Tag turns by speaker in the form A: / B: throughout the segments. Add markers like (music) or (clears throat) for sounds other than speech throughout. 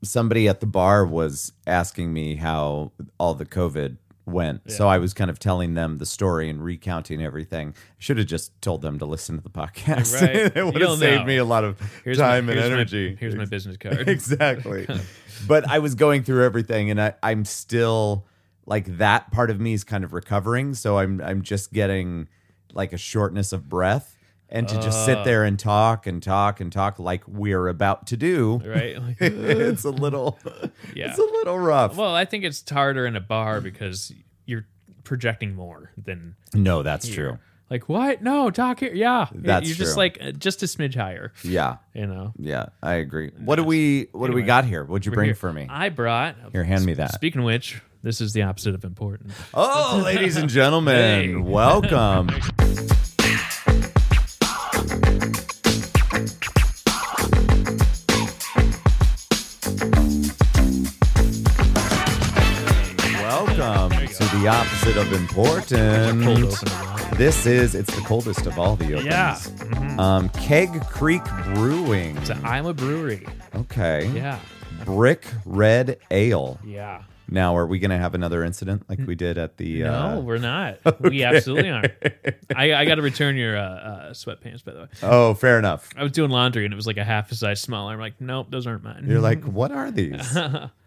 A: somebody at the bar was asking me how all the COVID went. So I was kind of telling them the story and recounting everything. Should have just told them to listen to the podcast. (laughs)
B: Right.
A: it would
B: You'll
A: have saved
B: know.
A: me a lot of
B: Here's my-
A: time
B: here's
A: and
B: my-
A: energy. (laughs)
B: here's my business card. (laughs)
A: exactly. but I was going through everything, and I, I'm still like that part of me is kind of recovering. So I'm I'm just getting like a shortness of breath, and to just
B: Uh.
A: sit there and talk and talk and talk like we're about to do.
B: right? Like,
A: (laughs) it's a little,
B: (laughs) Yeah.
A: it's a little rough.
B: well, I think it's harder in a bar because you're projecting more than
A: no, that's true.
B: here. Like what? No, talk here. Yeah,
A: That's
B: you're
A: true.
B: just like uh, just a smidge higher.
A: Yeah,
B: You know.
A: yeah, I agree. What do we What do we
B: Anyway,
A: got here? What'd you bring
B: Here,
A: for me?
B: I brought.
A: Here, hand me that.
B: Speaking of which, this is the opposite of important.
A: Oh, ladies and gentlemen,
B: Hey. (laughs)
A: welcome. welcome to the opposite of
B: Cold
A: important.
B: open a lot.
A: This is it's the coldest of all the opens.
B: Yeah. Mm-hmm.
A: Um, Keg Creek Brewing.
B: It's an Iowa brewery.
A: Okay.
B: Yeah.
A: Brick Red Ale.
B: Yeah.
A: Now, are we going to have another incident like we did at the?
B: No,
A: Uh,
B: we're not.
A: (laughs)
B: We absolutely aren't. I, I got to return your uh, uh, sweatpants, by the way.
A: oh, fair enough.
B: I was doing laundry and it was like a half a size smaller. I'm like, nope, those aren't mine.
A: You're like, what are
B: (laughs)
A: these?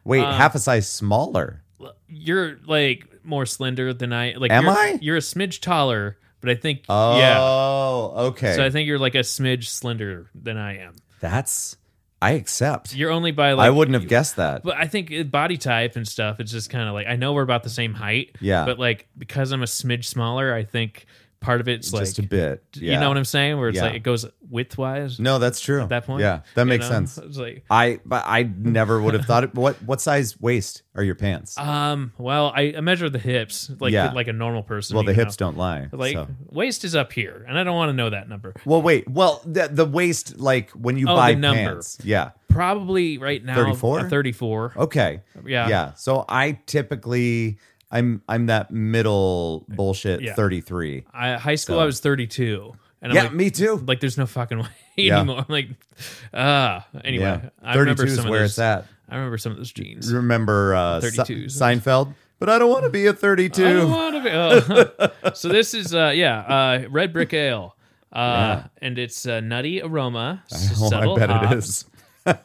A: Wait,
B: Um,
A: half a size smaller.
B: you're like more slender than I. Like,
A: Am
B: you're,
A: I?
B: You're a smidge taller, but I think
A: Oh,
B: yeah.
A: okay.
B: So I think you're like a smidge slender than I am.
A: That's I accept.
B: You're only by like
A: I wouldn't have guessed that.
B: But I think it- body type and stuff, it's just kind of like I know we're about the same height.
A: Yeah.
B: But like because I'm a smidge smaller, I think part of it's
A: Just
B: like
A: a bit. Yeah.
B: you know what I'm saying? Where it's
A: Yeah.
B: like it goes width wise
A: No, that's true.
B: at that point.
A: yeah, that
B: you
A: makes
B: know?
A: sense.
B: It's like
A: I but I never would have thought it. What what size waist are your
B: (laughs)
A: pants?
B: um well I, I measure the hips like
A: Yeah.
B: like a normal person.
A: well, the
B: you
A: hips
B: know?
A: don't lie.
B: like
A: so.
B: waist is up here and I don't want to know that number.
A: Well, wait. Well, the, the waist, like when you
B: Oh,
A: buy
B: the number.
A: pants, yeah.
B: Probably right now uh,
A: 34?
B: a 34.
A: Okay.
B: Yeah.
A: Yeah. So I typically, I'm I'm that middle bullshit
B: Yeah.
A: 33.
B: I, high school I was 32 and I'm
A: yeah,
B: like,
A: me too.
B: like there's no fucking (laughs) way
A: Yeah.
B: anymore. I'm like, ah. anyway,
A: yeah.
B: I
A: 32
B: remember
A: is
B: some
A: where
B: of those,
A: it's at.
B: I remember some of those jeans.
A: Remember uh,
B: 32s.
A: Se- Seinfeld? But I don't want to be a 32. (laughs)
B: I don't wanna be- oh. so this is uh, yeah, uh, red brick ale. Uh, and it's a
A: (laughs)
B: nutty aroma, s-
A: Oh,
B: subtle
A: I bet
B: hops,
A: it is.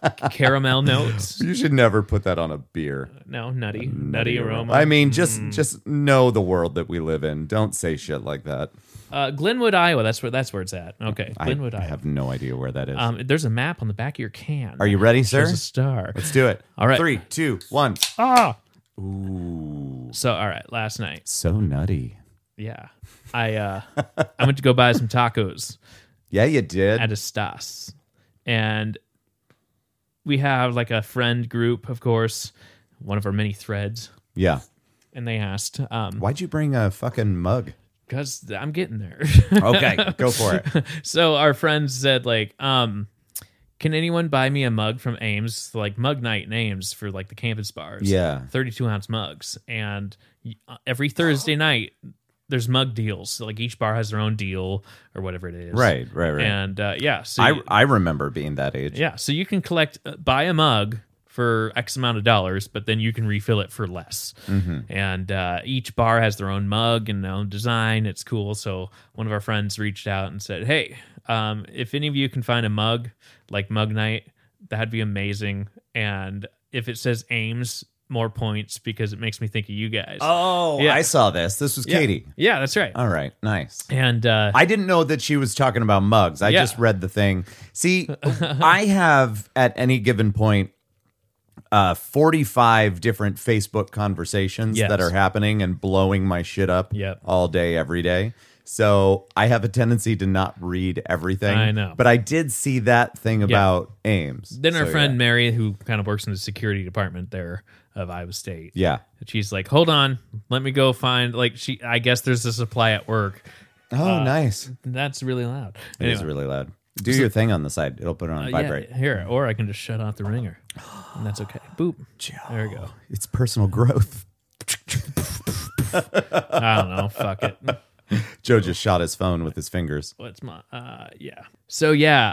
A: (laughs)
B: caramel notes.
A: You should never put that on a beer.
B: No, nutty, nutty, aroma.
A: I mean, just
B: Hmm.
A: just know the world that we live in. Don't say shit like that.
B: uh, Glenwood, Iowa. That's where that's where it's at. Okay,
A: I
B: Glenwood, Iowa.
A: have no idea where that is.
B: Um, there's a map on the back of your can.
A: Are you ready, sir?
B: There's a star.
A: Let's do it.
B: All right.
A: Three, two, one.
B: Ah.
A: Ooh,
B: So all right, last night.
A: so nutty.
B: Yeah. I uh I went to go buy
A: (laughs)
B: some tacos
A: Yeah, you did.
B: at Estas. And we have like a friend group, of course, one of our many threads.
A: yeah.
B: And they asked, um,
A: Why'd you bring a fucking mug?
B: because I'm getting there.
A: (laughs)
B: (laughs)
A: Okay, go for it.
B: so our friends said, like, um, can anyone buy me a mug from Ames, like mug night in Ames for like the campus bars?
A: Yeah.
B: 32 ounce mugs and y- uh, every thursday night there's mug deals so like each bar has their own deal or whatever it is
A: Right, right, right.
B: and uh, yeah so
A: I
B: you-
A: I remember being that age.
B: yeah so you can collect uh, buy a mug for x amount of dollars but then you can refill it for less
A: Mm-hmm.
B: and uh, each bar has their own mug and their own design it's cool so one of our friends reached out and said hey um, if any of you can find a mug like mug night that'd be amazing and if it says ames more points because it makes me think of you guys
A: Oh,
B: Yeah.
A: I saw this. This was
B: Yeah.
A: Katie.
B: yeah that's right
A: All right, nice.
B: and uh,
A: I didn't know that she was talking about mugs. I
B: Yeah.
A: just read the thing. See, I have at any given point uh 45 different Facebook conversations
B: Yes.
A: that are happening and blowing my shit up
B: Yep.
A: all day every day. So, I have a tendency to not read everything.
B: I know.
A: But I did see that thing about Ames.
B: then our
A: So,
B: friend mary who kind of works in the security department there of iowa state
A: Yeah.
B: And she's like, "Hold on, let me go find like she. I guess there's a supply at work.
A: yeah. Oh,
B: Uh,
A: nice. It
B: That's really loud.
A: is really loud. Do your thing on the side. It'll put it on vibrate.
B: Uh, Yeah, here, or I can just shut off the ringer, and that's okay. Boop. There we go.
A: It's personal growth. (laughs)
B: I don't know. Fuck it.
A: Joe just shot his phone with his fingers.
B: What's my? Uh, yeah. So yeah,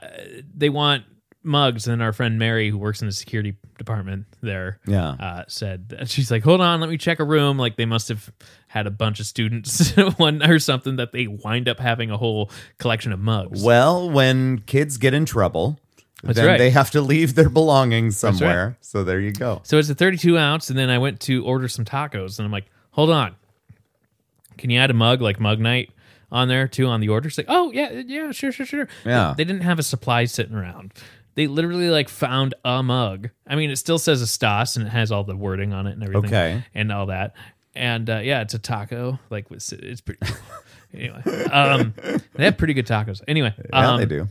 B: uh, they want mugs. And our friend Mary, who works in the security department there,
A: Yeah.
B: uh, said she's like, "Hold on, let me check a room." Like they must have had a bunch of students (laughs) one or something that they wind up having a whole collection of mugs.
A: Well, when kids get in trouble,
B: That's
A: then
B: right.
A: they have to leave their belongings
B: right.
A: somewhere. So there you go.
B: So it's a 32 ounce, and then I went to order some tacos, and I'm like, "Hold on, can you add a mug like mug night?" On there too on the order. She's like, oh yeah, yeah, sure, sure, sure.
A: Yeah.
B: They didn't have a supply sitting around. They literally like found a mug. I mean, it still says Estas and it has all the wording on it and everything.
A: Okay.
B: And all that. And uh, yeah, it's a taco. Like it's,
A: (laughs)
B: it's pretty. anyway, um, they have pretty good tacos. Anyway,
A: Yeah,
B: um,
A: they do.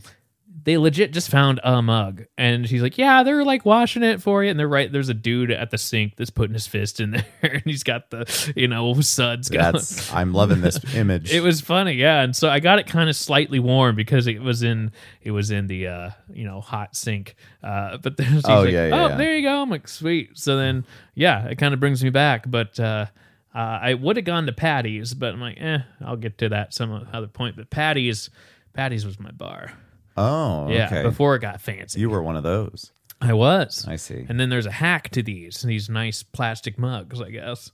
B: they legit just found a mug and she's like yeah they're like washing it for you and they're right there's a dude at the sink that's putting his fist in (laughs) there and he's got the you know suds going (laughs)
A: That's I'm loving this image.
B: it was funny yeah and so i got it kind of slightly warm because it was in it was in the uh you know hot sink uh but then (laughs) she's
A: Oh,
B: like
A: yeah, yeah,
B: oh
A: yeah.
B: there you go i'm like sweet so then yeah it kind of brings me back but uh uh, I would have gone to Patty's, but I'm like, eh, I'll get to that some other point. But Patty's, Patty's was my bar.
A: oh,
B: Yeah,
A: okay.
B: before it got fancy.
A: you were one of those.
B: I was.
A: I see.
B: And then there's a hack to these these nice plastic mugs, I guess.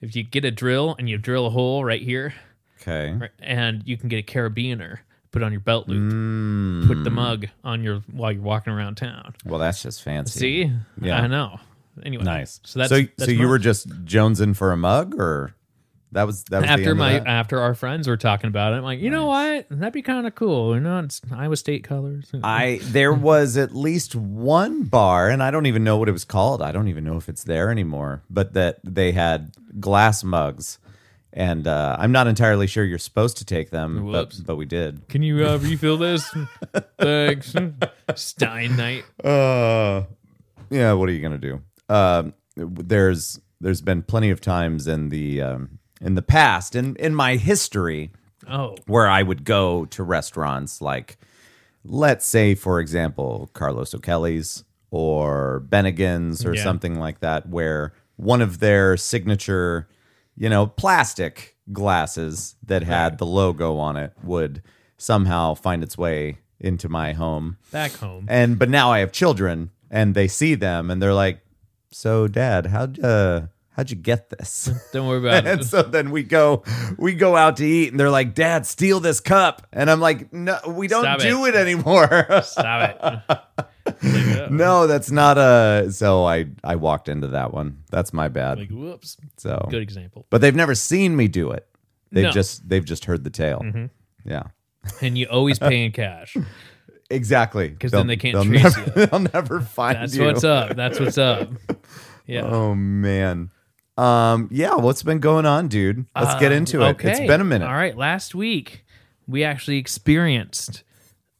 B: If you get a drill and you drill a hole right here,
A: Okay.
B: right, and you can get a carabiner, put on your belt loop,
A: Mm,
B: put the mug on your while you're walking around town.
A: well, that's just fancy.
B: See,
A: Yeah.
B: I know. Anyway,
A: Nice.
B: So that's
A: so,
B: that's
A: so you
B: mine.
A: were just jonesing for a mug, or that was that was the
B: after
A: end
B: my
A: Of that?
B: after our friends were talking about it. I'm like, you know what? That'd be kind of cool. You know, it's Iowa State colors.
A: I there was at least one bar, and I don't even know what it was called. I don't even know if it's there anymore. But that they had glass mugs, and uh, I'm not entirely sure you're supposed to take them, but,
B: Whoops.
A: but we did.
B: Can you uh,
A: (laughs)
B: refill this? Thanks, Stein Knight.
A: Uh, yeah. What are you gonna do? Um, there's there's been plenty of times in the um, in the past, in in my history,
B: Oh,
A: where I would go to restaurants like, let's say, for example, Carlos O'Kelly's or Bennigan's or
B: Yeah.
A: something like that, where one of their signature, you know, plastic glasses that had the logo on it would somehow find its way into my home.
B: back home.
A: And but now I have children and they see them and they're like, "So dad, how'd uh how'd you get this?"
B: Don't worry
A: (laughs)
B: about
A: and
B: it.
A: so then we go we go out to eat and they're like dad steal this cup and i'm like no we don't
B: Stop
A: do it, anymore (laughs)
B: Stop it.
A: no that's not a so i i walked into that one that's my bad
B: Like, whoops.
A: so
B: Good example.
A: but they've never seen me do it they've
B: No. Mm-hmm.
A: just they've just heard the tale yeah
B: And you
A: (laughs)
B: always pay in cash.
A: exactly because
B: then they can't trace
A: never, (laughs)
B: you.
A: they'll never find
B: That's
A: you
B: what's up. That's
A: (laughs)
B: what's up. Yeah.
A: oh man um yeah what's been going on dude let's get into it
B: Um, Okay.
A: it's been a minute
B: All right. Last week, we actually experienced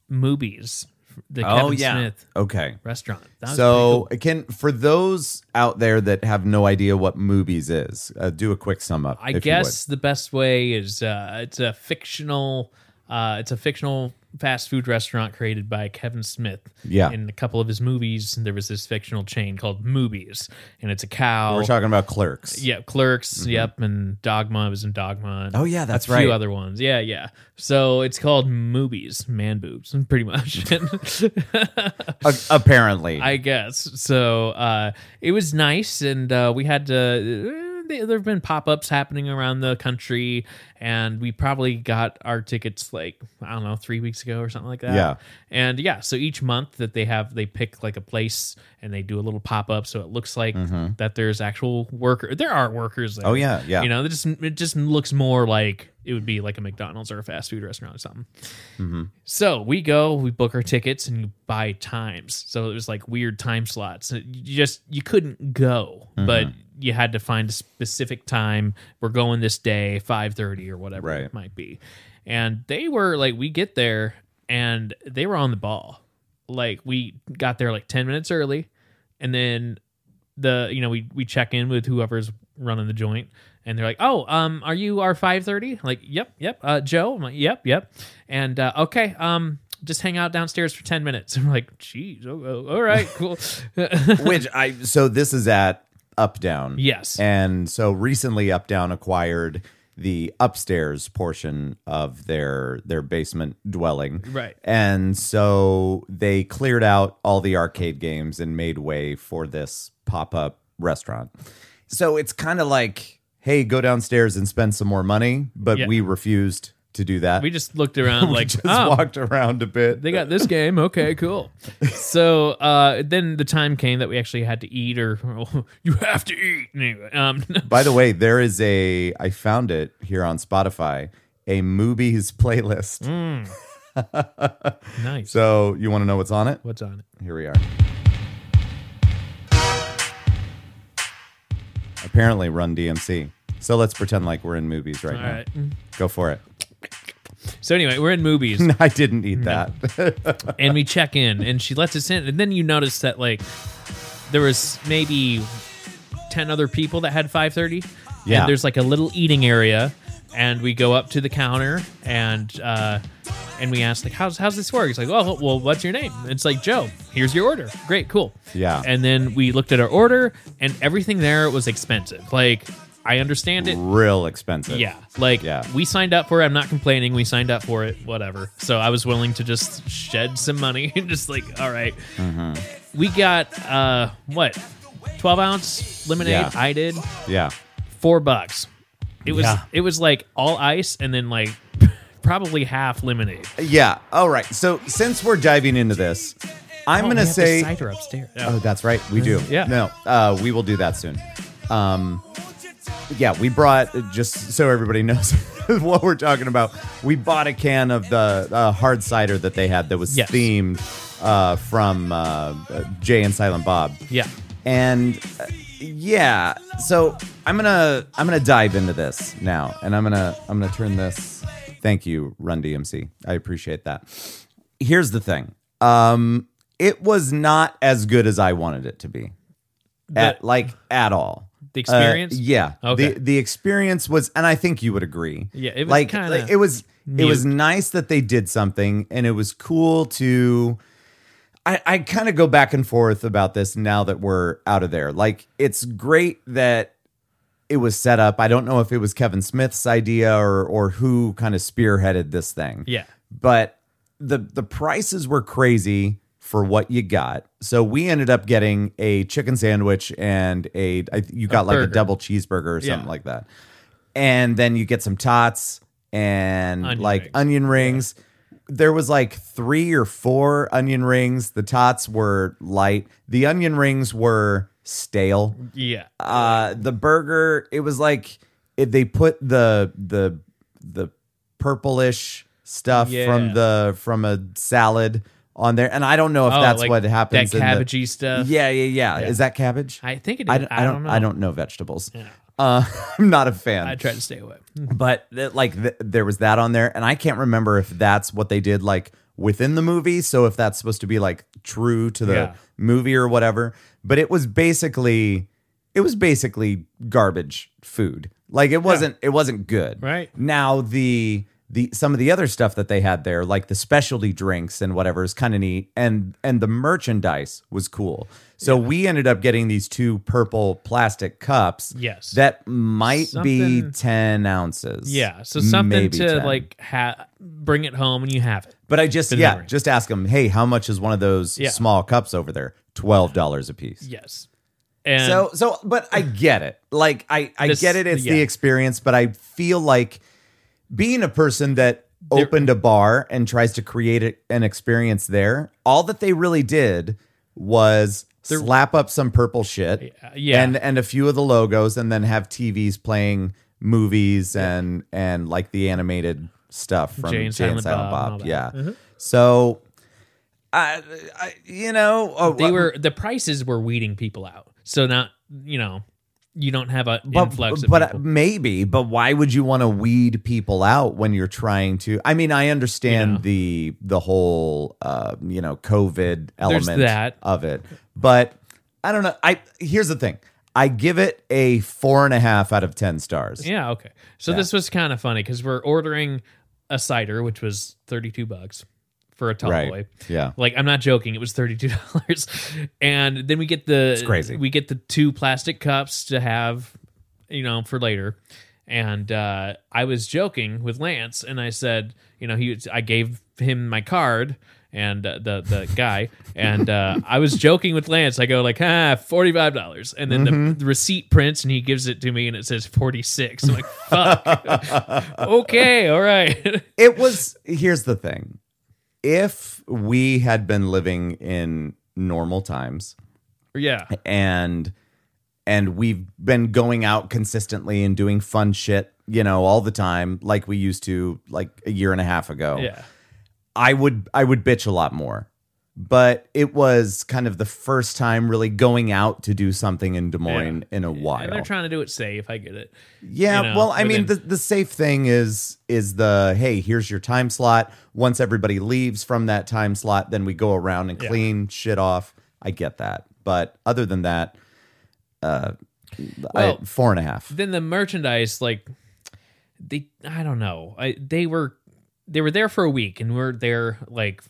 B: movies. The Kevin Smith
A: okay
B: restaurant. That was
A: Oh, So, can for those out there that have no idea what movies is, uh, do a quick sum up.
B: I
A: if you
B: guess the best way is uh, it's a fictional, uh, it's a fictional fast food restaurant created by Kevin Smith.
A: Yeah.
B: in a couple of his movies, there was this fictional chain called Movies, and it's a
A: would.
B: cow.
A: we're talking about clerks.
B: yeah, Clerks. Yep, and Dogma was in Dogma. and
A: Oh, yeah, that's
B: a few
A: right.
B: other ones. Yeah, yeah. So it's called Movies, man boobs, (laughs)
A: (laughs)
B: pretty much.
A: A- apparently.
B: I guess. So uh, it was nice, and uh, we had to. uh, There have been pop ups happening around the country, and we probably got our tickets like I don't know three weeks ago or something like that.
A: Yeah.
B: and yeah. So each month that they have, they pick like a place and they do a little pop up, so it looks like that there's actual worker. There are workers. There.
A: Mm-hmm. oh yeah, yeah.
B: You know, it just it just looks more like it would be like a McDonald's or a fast food restaurant or something.
A: Mm-hmm.
B: So we go, we book our tickets, and you buy times. So it was like weird time slots. You just you couldn't go, but you had to find a specific time. We're going this day, five thirty or whatever
A: Right.
B: it might be. And they were like, we get there, and they were on the ball. Like we got there like ten minutes early, and then the you know we we check in with whoever's running the joint and they're like oh um are you our 530 like yep yep uh joe i'm like yep yep and uh okay um just hang out downstairs for 10 minutes (laughs) i'm like geez oh, oh, all right cool (laughs)
A: Which I so this is at Up Down.
B: yes
A: And so recently, Up Down acquired the upstairs portion of their their basement dwelling.
B: Right.
A: And so they cleared out all the arcade games and made way for this pop-up restaurant. So it's kind of like, hey, go downstairs and spend some more money, but
B: Yeah.
A: we refused to do that.
B: We just looked
A: (laughs)
B: around
A: We
B: like,
A: just
B: "Oh,
A: walked around a bit.
B: they got this game. Okay, cool. So uh, then the time came that we actually had to eat, or (laughs) you have to eat. Anyway, um, (laughs)
A: By the way, there is a I found it here on Spotify, a movies playlist.
B: Mm. nice.
A: So you want to know what's on it?
B: What's on it?
A: Here we are. Apparently Run DMC. So let's pretend like we're in movies right
B: All
A: now.
B: right.
A: Go for it. (laughs)
B: So anyway, we're in movies.
A: I didn't eat (laughs) that.
B: and we check in and she lets us in and then you notice that like there was maybe 10 other people that had 530
A: Yeah.
B: and there's like a little eating area and we go up to the counter and uh and we ask like how's how's this work it's like oh well what's your name And it's like joe here's your order great cool
A: Yeah.
B: and then we looked at our order and everything there was expensive like i understand it
A: Real expensive.
B: yeah. Like
A: Yeah.
B: we signed up for it. I'm not complaining. We signed up for it. Whatever. So I was willing to just shed some money (laughs) and just like, all right.
A: Mm-hmm.
B: We got uh what? Twelve ounce lemonade.
A: Yeah.
B: I did.
A: Yeah.
B: Four bucks. It was
A: Yeah.
B: it was like all ice and then like (laughs) probably half lemonade.
A: Yeah. All right. So since we're diving into this, I'm
B: Oh, we
A: gonna
B: have to
A: say
B: cider upstairs.
A: Oh, that's right. We do.
B: Yeah.
A: No, uh, we will do that soon. Um, yeah, we brought just so everybody (laughs) knows what we're talking about. We bought a can of the uh, hard cider that they had that was
B: Yes.
A: themed uh, from uh, uh, Jay and Silent Bob.
B: Yeah.
A: And uh, yeah, so I'm gonna I'm gonna dive into this now, and I'm gonna I'm gonna turn this. Thank you, Run DMC. I appreciate that. Here's the thing. Um, it was not as good as I wanted it to be. At
B: The-
A: like at all.
B: The experience?
A: Uh, yeah.
B: Okay.
A: The the experience was, and I think you would agree.
B: Yeah, it was
A: like,
B: kinda
A: like, it was it was nice that they did something, and it was cool to. I, I kind of go back and forth about this now that we're out of there. Like, it's great that it was set up. I don't know if it was Kevin Smith's idea or or who kind of spearheaded this thing.
B: Yeah.
A: But the the prices were crazy for what you got. So we ended up getting a chicken sandwich and a I, th- you got like a
B: burger.
A: double cheeseburger or something
B: Yeah.
A: like that. And then you get some tots and
B: Onion
A: like
B: rings.
A: onion rings. There was like three or four onion rings. The tots were light. The onion rings were stale
B: Yeah.
A: uh the burger it was like it, they put the the the purplish stuff
B: Yeah.
A: from the from a salad on there and i don't know if
B: Oh,
A: that's
B: like
A: what happens
B: That
A: in the-
B: cabbagey stuff.
A: yeah, yeah yeah
B: Yeah.
A: is that cabbage
B: I think it is.
A: I,
B: I,
A: don't,
B: don't know.
A: i don't know vegetables
B: Yeah.
A: uh (laughs) i'm not a fan
B: I try to stay away.
A: but th- like th- there was that on there and i can't remember if that's what they did like within the movie so if that's supposed to be like true to the
B: Yeah.
A: movie or whatever but it was basically it was basically garbage food like it wasn't it wasn't good
B: Right.
A: now the the some of the other stuff that they had there like the specialty drinks and whatever is kind of neat and and the merchandise was cool so we ended up getting these two purple plastic cups
B: Yes.
A: that might be
B: Something-
A: 10 ounces.
B: Yeah, so something
A: Maybe
B: to
A: 10.
B: like ha- bring it home and you have it.
A: But I just,
B: good
A: yeah,
B: memory.
A: just ask them, hey, how much is one of those
B: Yeah.
A: small cups over there? $12 a piece.
B: Yes. And
A: So, so, but I get it. Like, I, I
B: This-
A: get it. It's the
B: yeah.
A: experience, but I feel like being a person that opened a bar and tries to create a, an experience there, all that they really did was slap up some purple shit
B: uh, yeah.
A: and and a few of the logos and then have TVs playing movies and and like the animated stuff from Jay and Silent, Bob.
B: and all that.
A: yeah. So I, I you know oh,
B: they were the prices were weeding people out. So not you know you don't have a influx
A: but,
B: of
A: but
B: people.
A: maybe but why would you want to weed people out when you're trying to I mean I understand
B: Yeah.
A: the the whole uh you know covid element
B: that.
A: of it but I don't know I here's the thing I give it a four and a half out of ten stars
B: yeah. Okay. So this was kind of funny because we're ordering a cider, which was thirty two bucks for a tall boy.
A: right yeah
B: Like I'm not joking, it was thirty two (laughs) dollars, and then we get the
A: crazy.
B: We get the two plastic cups to have, you know, for later, And uh, I was joking with Lance, and I said, you know, he, I gave him my card and uh, the the guy, and uh, I was joking with Lance. I go like, ah, forty five dollars, and then the, the receipt prints, and he gives it to me, and it says forty six. I'm like, fuck, (laughs) okay, all right. (laughs)
A: It was here's the thing. If we had been living in normal times
B: yeah,
A: and and we've been going out consistently and doing fun shit, you know, all the time like we used to like a year and a half ago.
B: yeah,
A: I would I would bitch a lot more. But it was kind of the first time really going out to do something in Des Moines in a while.
B: and they're trying to do it safe. I get it.
A: Yeah,
B: you know,
A: well, I
B: but
A: mean, the,
B: then-
A: the safe thing is is the hey, here's your time slot. Once everybody leaves from that time slot, then we go around and
B: Yeah.
A: clean shit off. I get that, but other than that, uh,
B: Well,
A: I, four and a half.
B: then the merchandise like they i don't know I, they were they were there for a week and we're there like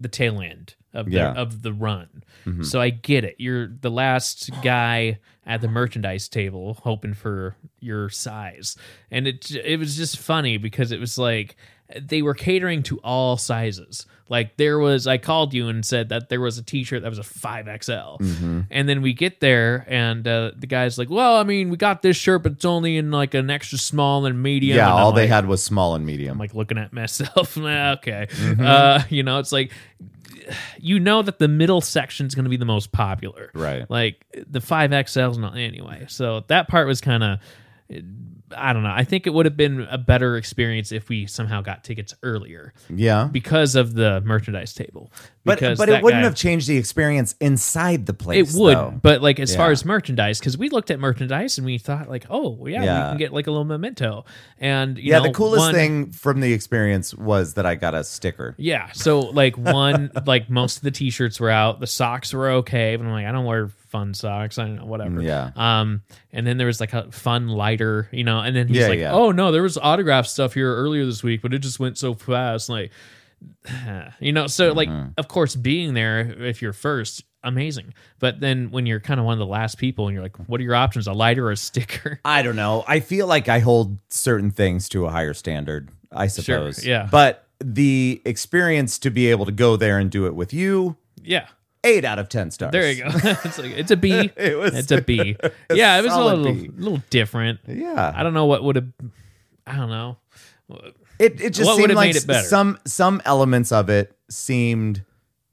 B: the tail end of the,
A: Yeah.
B: of the run
A: Mhm.
B: so i get it you're the last guy at the merchandise table hoping for your size and it j- it was just funny because it was like they were catering to all sizes like there was i called you and said that there was a t-shirt that was a 5xl
A: Mhm.
B: and then we get there, and uh, the guy's like, "Well, I mean, we got this shirt, but it's only in like an extra small and medium."
A: Yeah,
B: And I'm
A: all they
B: like-
A: had was small and
B: I'm
A: medium.
B: like looking at (laughs) myself. I'm like, okay,
A: Mm-hmm.
B: uh, you know, it's like you know that the middle section's going to be the most popular,
A: right.
B: like the five XLs, not anyway. So that part was kind of. I don't know. I think it would have been a better experience if we somehow got tickets earlier
A: Yeah.
B: because of the merchandise table.
A: But
B: Because
A: but it
B: that
A: wouldn't
B: guy-
A: have changed the experience inside the place.
B: it would,
A: though.
B: but like as far
A: Yeah.
B: as merchandise, because we looked at merchandise and we thought like, oh well, yeah,
A: Yeah.
B: you can get like a little memento, and you
A: Yeah,
B: know,
A: the coolest
B: one-
A: thing from the experience was that I got a sticker.
B: Yeah, so like one, like most of the t-shirts were out, the socks were okay, but I'm like, I don't wear fun socks, I don't know, whatever.
A: Yeah.
B: Um, and then there was like a fun lighter, you know, and then he's
A: Yeah,
B: like,
A: yeah.
B: oh no, there was autograph stuff here earlier this week, but it just went so fast, like, (sighs) you know, so like,
A: Mm-hmm.
B: of course, being there if you're first, amazing. But then when you're kind of one of the last people, and you're like, what are your options? A lighter or a sticker? (laughs)
A: I don't know. I feel like I hold certain things to a higher standard, I suppose.
B: yeah.
A: But the experience to be able to go there and do it with you,
B: yeah,
A: eight out of 10 stars.
B: there you go. (laughs) it's like it's
A: (laughs)
B: a B.
A: It was-
B: it's
A: (laughs)
B: a B. yeah, it was a
A: solid
B: little
A: B.
B: little different.
A: Yeah.
B: I don't know what would have. I don't know.
A: It, it just
B: What
A: seemed
B: would've
A: like
B: made it better?
A: some some elements of it seemed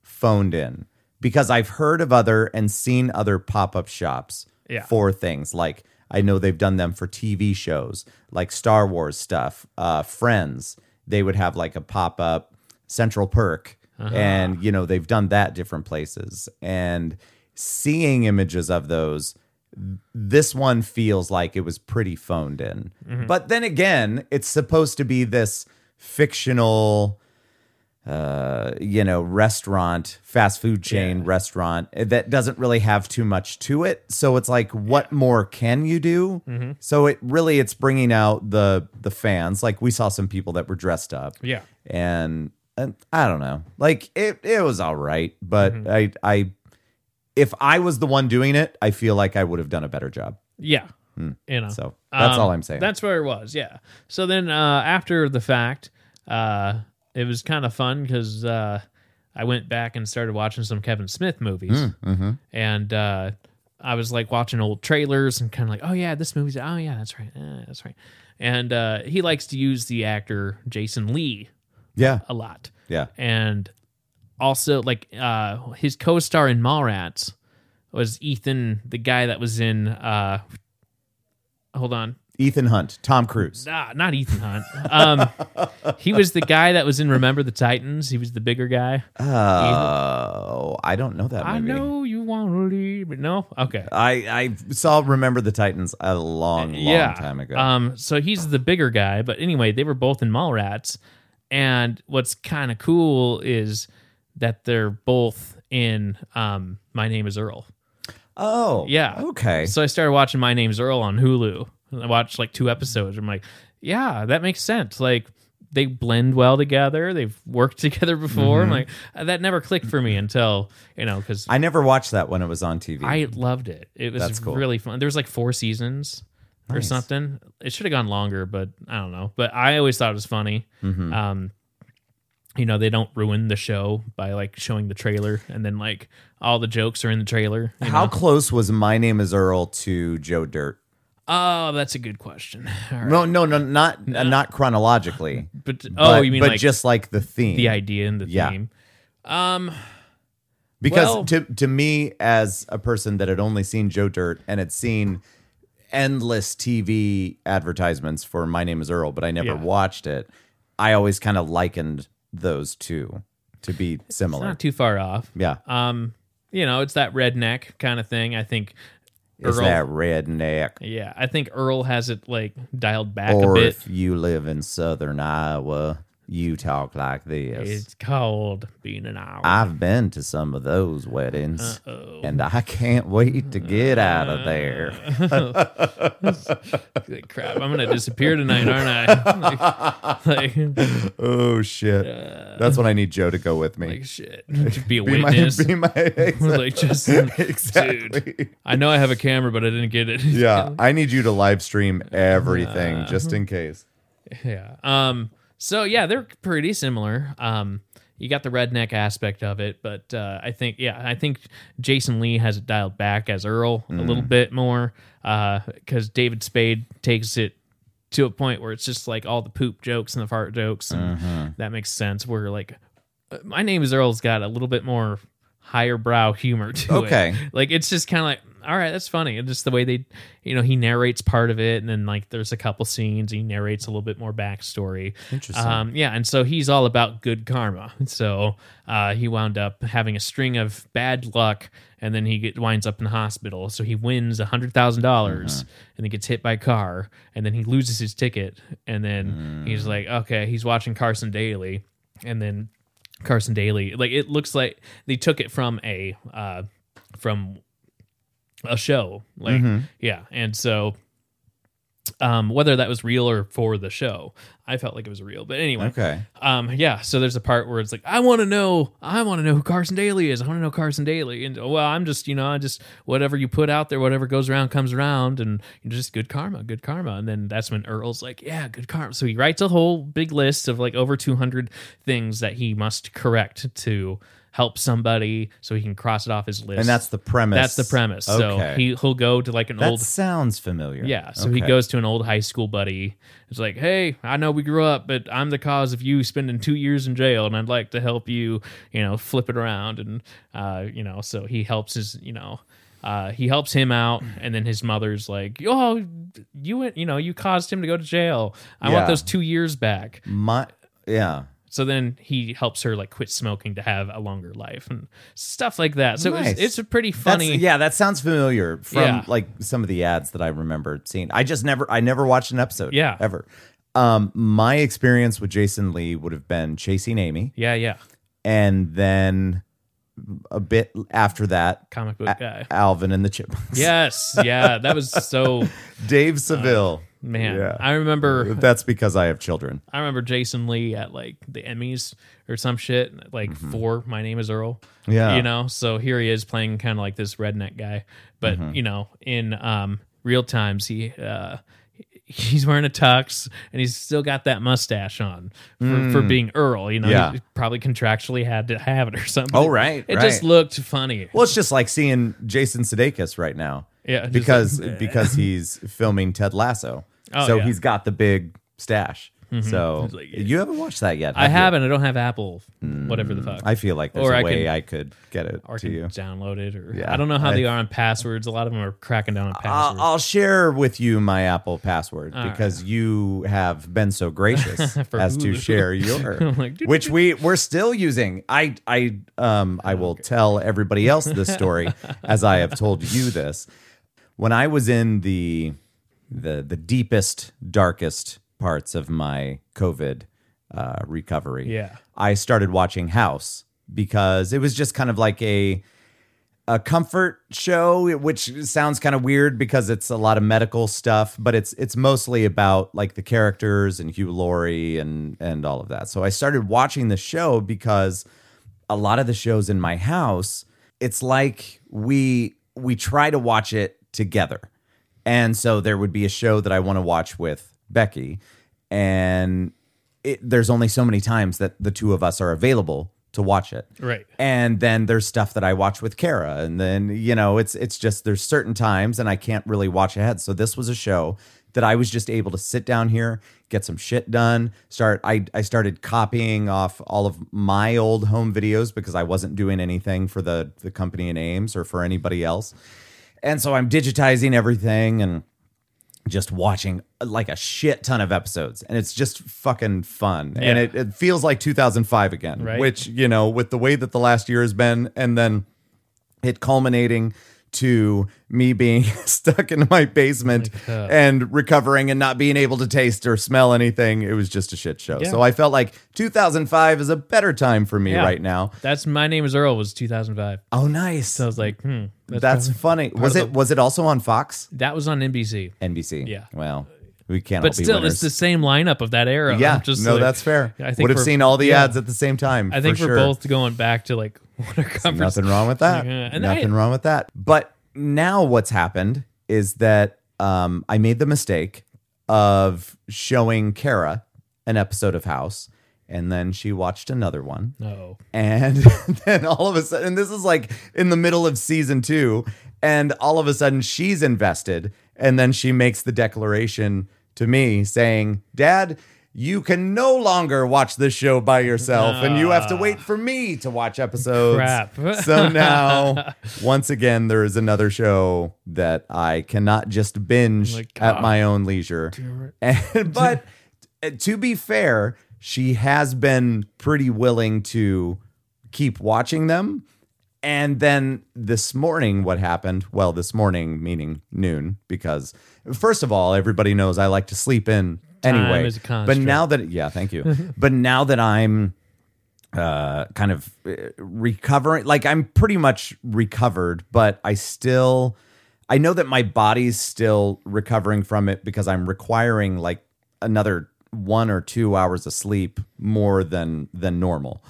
A: phoned in because I've heard of other and seen other pop up shops
B: Yeah.
A: for things like I know they've done them for TV shows like Star Wars stuff, uh, Friends. They would have like a pop up Central Perk, and you know they've done that different places. And seeing images of those, this one feels like it was pretty phoned in. But then again, it's supposed to be this fictional uh, you know, restaurant, fast food chain restaurant eh, that doesn't really have too much to it. So it's like, what more can you do?
B: Mm-hmm.
A: So it really it's bringing out the the fans. Like we saw some people that were dressed up,
B: Yeah.
A: and, and I don't know, like it it was all right, but I
B: Mm-hmm.
A: I if I was the one doing it, I feel like I would have done a better job.
B: Yeah. You know.
A: Hmm. So that's
B: Um,
A: all I'm saying.
B: That's where it was. Yeah. So then uh, after the fact, uh, it was kind of fun because uh, I went back and started watching some Kevin Smith movies,
A: Hmm, mm-hmm.
B: and uh, I was like watching old trailers and kind of like, oh yeah, this movie's oh yeah, that's right, eh, that's right. And uh, he likes to use the actor Jason Lee
A: Yeah,
B: a lot.
A: yeah.
B: and also like uh his co-star in Mallrats was Ethan, the guy that was in uh hold on.
A: Ethan Hunt, Tom Cruise.
B: Nah, not Ethan Hunt. Um
A: (laughs)
B: he was the guy that was in Remember the Titans. He was the bigger guy.
A: Oh, I don't know that.
B: I
A: Movie.
B: know you want to leave, but no. Okay.
A: I I saw Remember the Titans a long, long
B: yeah.
A: time ago.
B: Um, so he's the bigger guy, but anyway, they were both in Mallrats, and what's kind of cool is that they're both in um, My Name Is Earl.
A: oh,
B: yeah.
A: Okay.
B: So I started watching My Name's Earl on Hulu. And I watched like two episodes. I'm like, yeah, that makes sense. Like they blend well together. They've worked (laughs) together before.
A: Mm-hmm.
B: I'm like, uh, that never clicked for me until you know because I,
A: I never watched that when it was on TV.
B: loved it. It was
A: That's cool.
B: really fun. There was like four seasons. or
A: Nice.
B: something. It should have gone longer, but I don't know. But I always thought it was funny.
A: Mhm.
B: Um, you know, they don't ruin the show by like showing the trailer and then like all the jokes are in the trailer. you
A: How
B: know?
A: close was My Name Is Earl to Joe Dirt?
B: Oh, that's a good question. All right.
A: No, no, no, not uh, not chronologically.
B: But (laughs) oh,
A: but,
B: you mean
A: but
B: like
A: just like the theme?
B: the idea and the
A: Yeah.
B: theme? Um,
A: Because
B: Well-
A: to to me, as a person that had only seen Joe Dirt and had seen endless TV advertisements for My Name Is Earl, but I never
B: Yeah.
A: watched it, I always kind of likened those two to be
B: it's
A: similar.
B: not too far off.
A: yeah,
B: Um, you know, it's that redneck kind of thing. I think
A: it's
B: Earl-
A: that redneck.
B: Yeah, I think Earl has it like dialed back a
A: Or
B: bit.
A: if you live in Southern Iowa, you talk like this.
B: It's called being an owl.
A: I've been to some of those weddings, and I can't wait to get out of there.
B: (laughs) Like, crap, I'm gonna disappear tonight,
A: (laughs)
B: aren't I? (laughs) Like, like,
A: Oh shit! That's when I need Joe to go with me.
B: like, shit, Just be a
A: be my,
B: witness.
A: be my
B: (laughs) like just,
A: (laughs) exactly.
B: dude. I know I have a camera, but I didn't get it.
A: Yeah, I need you to live stream everything just in case.
B: Yeah. Um. So yeah, they're pretty similar. Um. You got the redneck aspect of it, but uh, I think yeah, I think Jason Lee has it dialed back as Earl a little bit more because David Spade takes it to a point where it's just like all the poop jokes and the fart jokes, and
A: Uh-huh.
B: that makes sense. Where like, uh, my name is Earl's got a little bit more higher brow humor to it.
A: Okay.
B: Like it's just kind of like, all right, that's funny. And just the way they, you know, he narrates part of it, and then like there's a couple scenes he narrates a little bit more backstory.
A: Interesting.
B: Um, yeah, and so he's all about good karma. So uh, he wound up having a string of bad luck, and then he get, winds up in the hospital. So he wins a hundred dollars, and he gets hit by a car, and then he loses his ticket, and then
A: Mm-hmm.
B: um,
A: Mm.
B: he's like, okay, he's watching Carson Daly, and then Carson Daly, like it looks like they took it from a uh, from a show, like
A: Mm-hmm.
B: yeah, and so um, whether that was real or for the show. I felt like it was real, but anyway,
A: Okay.
B: um, yeah. So there's a part where it's like, I want to know, I want to know who Carson Daly is. I want to know Carson Daly, and oh, well, I'm just, you know, I just whatever you put out there, whatever goes around comes around, and just good karma, good karma. And then that's when Earl's like, yeah, good karma. So he writes a whole big list of like over 200 things that he must correct to help somebody, so he can cross it off his list.
A: And that's the premise.
B: that's the premise. So
A: Okay.
B: he he'll go to like an
A: that
B: old
A: sounds familiar.
B: yeah, so he
A: Okay.
B: goes to an old high school buddy. It's like, hey, I know we grew up, but I'm the cause of you spending two years in jail, and I'd like to help you, you know, flip it around, and uh, you know, so he helps his, you know. Uh, he helps him out, and then his mother's like, "Oh, you went, you know, you caused him to go to jail. I
A: Yeah.
B: want those two years back."
A: My yeah.
B: So then he helps her like quit smoking to have a longer life and stuff like that. So
A: Nice.
B: it's, it's a pretty
A: That's-
B: funny.
A: yeah, that sounds familiar from
B: Yeah.
A: like some of the ads that I remember seeing. I just never, I never watched an episode.
B: Yeah.
A: ever. Um, my experience with Jason Lee would have been Chasing Amy,
B: yeah, yeah.
A: and then a bit after that,
B: Comic book guy.
A: Alvin and the Chipmunks.
B: Yes, yeah, that was so
A: (laughs) Dave Seville.
B: Uh, Man,
A: Yeah. (laughs)
B: I remember
A: That's because I have children.
B: I remember Jason Lee at like the Emmys or some shit like for My Name Is Earl.
A: Mm-hmm. Yeah.
B: you know, so here he is playing kind of like this redneck guy, but
A: Mm-hmm.
B: you know, in um real times he uh he's wearing a tux and he's still got that mustache on for, for being Earl. You know,
A: Mm. Yeah.
B: he probably contractually had to have it or something.
A: Oh, right,
B: it just
A: right.
B: looked funny.
A: Well, it's just like seeing Jason Sudeikis right now.
B: Yeah, just (laughs)
A: because because he's filming Ted Lasso,
B: Oh,
A: so
B: yeah. Mm-hmm.
A: he's got the big stash. So
B: like, yeah.
A: you haven't watched that yet.
B: I
A: have you?
B: haven't. I don't have Apple. Whatever the fuck.
A: Mm, I feel like there's
B: Or
A: a
B: I
A: way
B: can-
A: I could get it
B: or
A: to
B: can
A: you.
B: download it or
A: Yeah,
B: I don't know how
A: I- Uh,
B: they are on passwords. A lot of them are cracking down on
A: I'll,
B: passwords.
A: I'll share with you my Apple password because you have been so gracious
B: Ah. (laughs) For
A: as to
B: Hulu.
A: share your,
B: I'm like, dude, Oh,
A: which we we're still using. I I um I will tell everybody else this
B: (laughs)
A: story as I have told you this. When I was in the the the deepest darkest parts of my COVID uh, recovery,
B: Yeah.
A: I started watching House because it was just kind of like a a comfort show, which sounds kind of weird because it's a lot of medical stuff, but it's it's mostly about like the characters and Hugh Laurie and and all of that. So I started watching the show because a lot of the shows in my house, it's like we we try to watch it together. And so there would be a show that I want to watch with Becky. And it, there's only so many times that the two of us are available to watch it.
B: Right.
A: And then there's stuff that I watch with Kara. And then, you know, it's it's just there's certain times and I can't really watch ahead. So this was a show that I was just able to sit down here, get some shit done, start I I started copying off all of my old home videos because I wasn't doing anything for the the company in Ames or for anybody else. And so I'm digitizing everything and just watching uh, like a shit ton of episodes and it's just fucking fun and
B: Yeah.
A: it, it feels like 2005 again
B: Right.
A: which you know with the way that the last year has been and then it culminating to me being (laughs) stuck in my basement
B: God.
A: and recovering and not being able to taste or smell anything it was just a shit show
B: Yeah.
A: so i felt like 2005 is a better time for me
B: Yeah.
A: right now
B: That's my name is Earl was 2005.
A: oh nice
B: So I was like, hmm, that's,
A: that's funny was it was it also on fox
B: that was on NBC.
A: nbc
B: Yeah.
A: well we can't all
B: But
A: be
B: still,
A: winners.
B: it's the same lineup of that
A: (laughs)
B: era.
A: Yeah,
B: I'm just
A: no,
B: like-
A: that's fair.
B: I
A: I
B: think
A: would have
B: we're-
A: seen all the
B: yeah.
A: ads at the same time.
B: I think
A: for
B: we're
A: sure.
B: both going back to like (laughs) what our conference.
A: Nothing wrong with that.
B: Yeah, and
A: Nothing
B: I-
A: wrong with that. But now what's happened is that um, I made the mistake of showing Kara an episode of House, and then she watched another one, (laughs)
B: No.
A: and then all of a sudden, and this is like in the middle of season two, and all of a sudden she's invested, and then she makes the declaration to me saying, Dad, you can no longer watch this show by yourself, and you have to wait for me to watch episodes.
B: Crap.
A: so now, once again, there is another show that I cannot just binge
B: Like,
A: at
B: God.
A: my own leisure. (laughs) And, but uh, to be fair, she has been pretty willing to keep watching them. And then this morning, what happened? Well, this morning, meaning noon, because first of all, everybody knows I like to sleep in anyway.
B: is a
A: but
B: construct.
A: now that, yeah, thank
B: (laughs)
A: you. but now that I'm uh, kind of uh, recovering, like I'm pretty much recovered, but I still, I know that my body's still recovering from it because I'm requiring like another one or two hours of sleep more than than normal.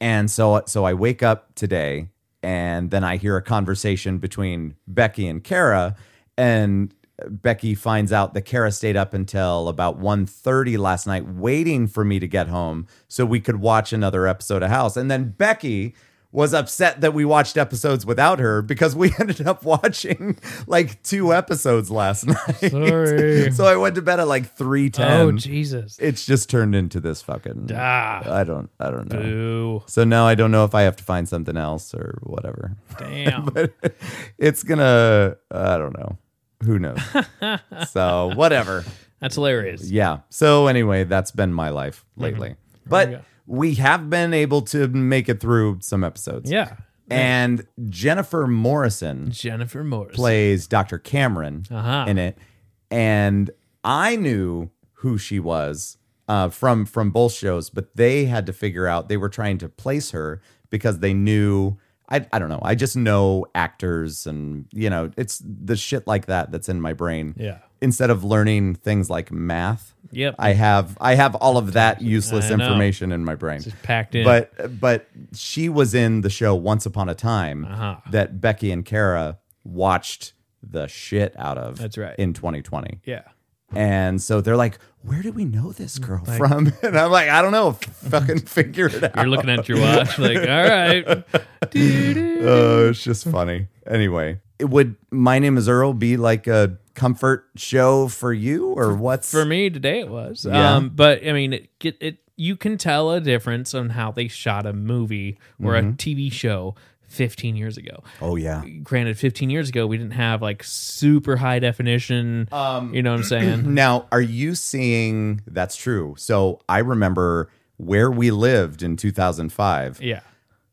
A: And so so I wake up today and then I hear a conversation between Becky and Kara and Becky finds out that Kara stayed up until about 1:30 last night waiting for me to get home so we could watch another episode of House. And then Becky was upset that we watched episodes without her because we (laughs) ended up watching like two episodes last (laughs) night.
B: Sorry.
A: so I went to bed at like 3:10.
B: Oh Jesus.
A: it's just turned into this fucking
B: Ah.
A: I don't I don't know.
B: Boo.
A: So now I don't know if I have to find something else or whatever. (laughs)
B: Damn.
A: it's gonna I don't know. Who knows? so whatever.
B: That's hilarious.
A: Yeah. So anyway, that's been my life lately. But
B: Yeah.
A: we have been able to make it through some episodes.
B: Yeah.
A: And Jennifer Morrison
B: Jennifer Morris.
A: plays Dr. Cameron
B: Uh-huh.
A: in it, and I knew who she was uh, from from both shows, but they had to figure out they were trying to place her because they knew. I, I don't know. I just know actors and, you know, it's the shit like that that's in my brain.
B: Yeah.
A: Instead of learning things like math,
B: Yep.
A: I have I have all of that useless
B: (laughs) I know.
A: information in my brain.
B: Just packed in.
A: But but she was in the show Once Upon a Time
B: Uh-huh.
A: that Becky and Kara watched the shit out of.
B: That's right.
A: In 2020,
B: yeah.
A: and so they're like, "Where do we know this girl from?" (laughs) And I'm like, "I don't know. Fucking (laughs) figure it out."
B: You're looking at your watch like, all right. Doo-doo.
A: Uh, it's just funny. Anyway, it would My Name Is Earl be like a comfort show for you, or what's
B: For me today it was.
A: Yeah.
B: Um but I mean it get it you can tell a difference on how they shot a movie or
A: Mm-hmm.
B: a TV show 15 years ago.
A: Oh yeah,
B: Granted 15 years ago we didn't have like super high definition,
A: Um,
B: you
A: (clears throat)
B: know what I'm saying?
A: Now, are you seeing? That's true. So I remember where we lived in 2005.
B: yeah.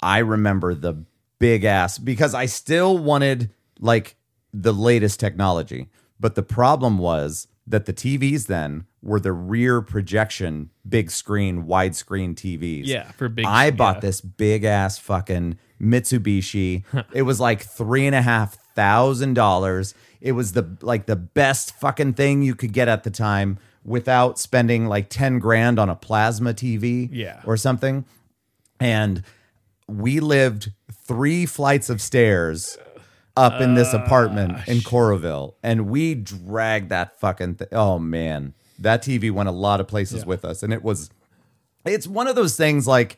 A: I remember the big ass because I still wanted like the latest technology. But the problem was that the TVs then were the rear projection, big screen, widescreen TVs.
B: Yeah, for big
A: I bought
B: yeah.
A: this big ass fucking Mitsubishi. it was like three and a half thousand dollars. It was the like the best fucking thing you could get at the time without spending like ten grand on a plasma TV
B: Yeah.
A: or something. And we lived three flights of stairs up in this apartment in Coralville, and we dragged that fucking thing. Oh man, that TV went a lot of places with us, and it was, it's one of those things like.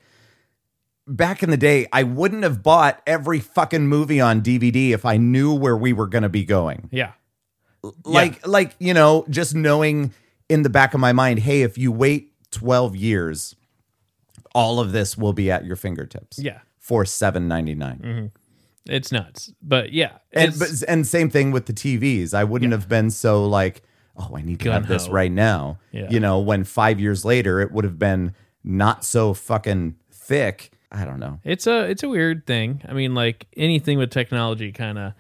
A: Back in the day, I wouldn't have bought every fucking movie on DVD if I knew where we were going to be going.
B: Yeah.
A: Like, like you know, just knowing in the back of my mind, hey, if you wait twelve years, all of this will be at your fingertips.
B: Yeah.
A: for seven ninety nine.
B: It's nuts. But yeah.
A: And
B: it's-
A: but, and same thing with the TVs. I wouldn't have been so like, oh, I need to have this
B: Gung-ho.
A: right now.
B: Yeah.
A: You know, when five years later it would have been not so fucking thick. I don't know.
B: It's a it's a weird thing. I mean, like anything with technology, kind of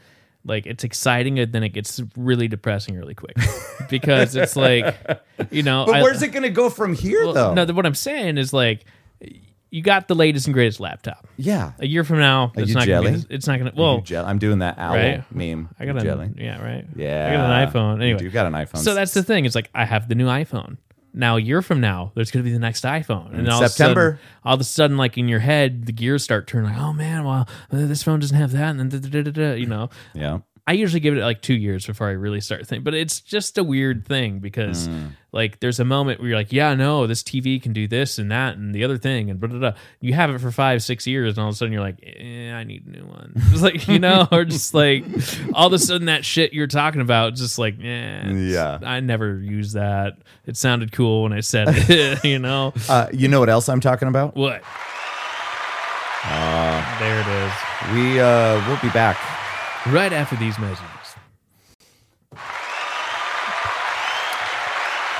B: like it's exciting and then it gets really depressing really quick
A: (laughs)
B: because it's like you know.
A: But
B: I-
A: where's it gonna go from here
B: well,
A: though?
B: No, th- what I'm saying is like you got the latest and greatest laptop.
A: yeah.
B: A year from now, it's
A: you
B: not gonna
A: jelly?
B: be. It's not gonna. Well,
A: You jell- I'm doing that owl
B: Oh. Right.
A: meme.
B: I got a
A: You jelly.
B: yeah right.
A: Yeah.
B: I got an iPhone. Anyway,
A: You got an iPhone.
B: so that's the thing. It's like I have the new iPhone. Now a year from now, there's going to be the next iPhone, and all Of a
A: September.
B: sudden, all of a sudden, like in your head, the gears start turning. Like, oh man, well, uh, this phone doesn't have that, and then da, da, da, da, da, you know.
A: Yeah.
B: I usually give it like two years before I really start thinking, but it's just a weird thing because like there's a moment where you're like, yeah, no, this TV can do this and that and the other thing and blah, blah, blah. You have it for five, six years, and all of a sudden you're like, eh, I need a new one. It's (laughs) like you know, or just like all of a sudden that shit you're talking about, it's just like, eh, it's-
A: Yeah.
B: I never used that. It sounded cool when I said it, (laughs) you know
A: Uh, you know what else I'm talking about?
B: what? there it is.
A: We uh, we'll be back.
B: Right after these messages.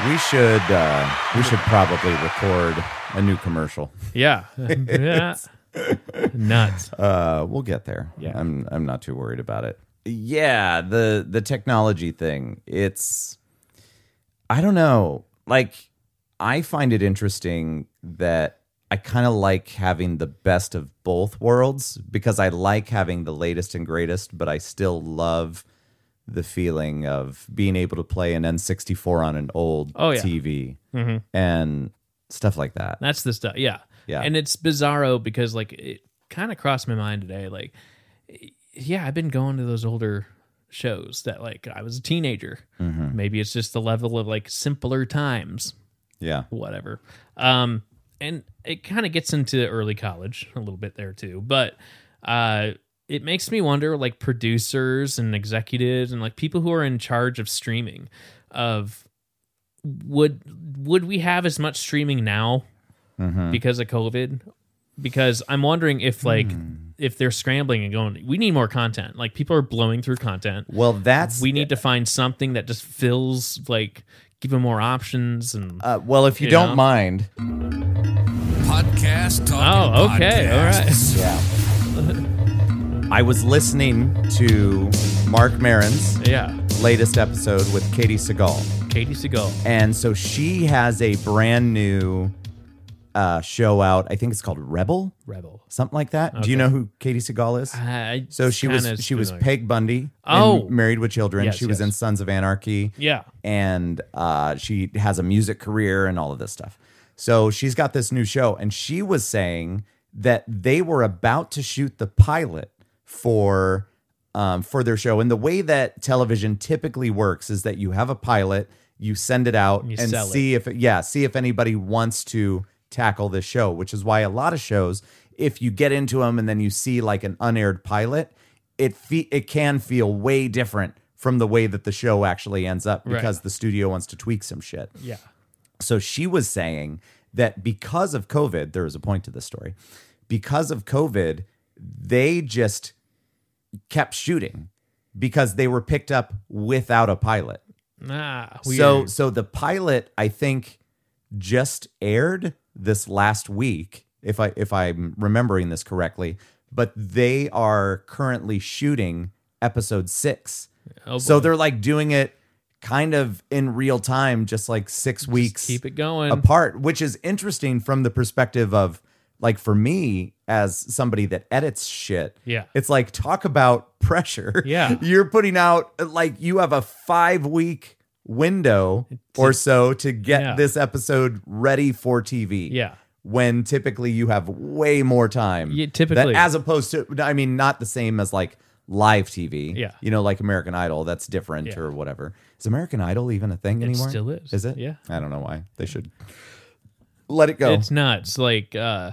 A: We should uh, we should probably record a new commercial.
B: Yeah, (laughs) yeah, nuts.
A: Uh, we'll get there.
B: Yeah.
A: I'm I'm not too worried about it. Yeah, the the technology thing. It's I don't know. Like I find it interesting that I kind of like having the best of both worlds because I like having the latest and greatest, but I still love the feeling of being able to play an N64 on an old
B: Oh, yeah. Mm-hmm.
A: TV and stuff like that.
B: That's the stuff. Yeah.
A: Yeah.
B: And it's bizarro because like it kind of crossed my mind today. Like, yeah, I've been going to those older shows that like I was a teenager. Maybe it's just the level of like simpler times,
A: Yeah.
B: whatever. Um, and it kind of gets into early college a little bit there too, but uh, it makes me wonder like producers and executives and like people who are in charge of streaming of would would we have as much streaming now because of COVID? Because I'm wondering if like if they're scrambling and going, we need more content. Like people are blowing through content.
A: Well, that's
B: We need to find something that just fills like give them more options and
A: uh, well, if you
B: You
A: don't
B: know?
A: mind,
C: Podcast talking.
B: Oh, okay, all right.
C: podcasts.
A: Yeah. I was listening to Mark Marin's
B: yeah.
A: latest episode with Katie Segal.
B: Katie Seagal.
A: And so she has a brand new uh, show out. I think it's called Rebel,
B: Rebel.
A: something like that. Do you know who Katie Segal is?
B: I,
A: so she was
B: kinda
A: she was
B: Uh, familiar.
A: Peg Bundy in
B: Oh.
A: Married with Children.
B: Yes,
A: she was
B: yes.
A: in Sons of Anarchy
B: Yeah.
A: and uh, she has a music career and all of this stuff. So she's got this new show, and she was saying that they were about to shoot the pilot for um, for their show. And the way that television typically works is that you have a pilot, you send it out,
B: You
A: and
B: sell it.
A: see if yeah, see if anybody wants to tackle this show. Which is why a lot of shows, if you get into them and then you see like an unaired pilot, it fe- it can feel way different from the way that the show actually ends up because the studio wants to tweak some shit.
B: Yeah.
A: So she was saying that because of COVID, there is a point to this story. Because of COVID, they just kept shooting because they were picked up without a pilot.
B: Nah.
A: So
B: weird.
A: so the pilot I think just aired this last week if I if I'm remembering this correctly, but they are currently shooting episode 6.
B: Oh,
A: so
B: boy.
A: they're like doing it kind of in real time just like 6 weeks
B: keep it going.
A: apart, which is interesting from the perspective of like for me as somebody that edits shit.
B: Yeah.
A: It's like talk about pressure.
B: Yeah.
A: (laughs) You're putting out like you have a 5 week window or so to get
B: Yeah.
A: this episode ready for TV.
B: Yeah.
A: When typically you have way more time.
B: Yeah, typically.
A: That, as opposed to I mean not the same as like live TV.
B: Yeah.
A: You know, like American Idol, that's different
B: Yeah.
A: or whatever. Is American Idol even a thing anymore?
B: still is.
A: Is it?
B: Yeah.
A: I don't know why. They should let it go.
B: It's nuts. Like, uh,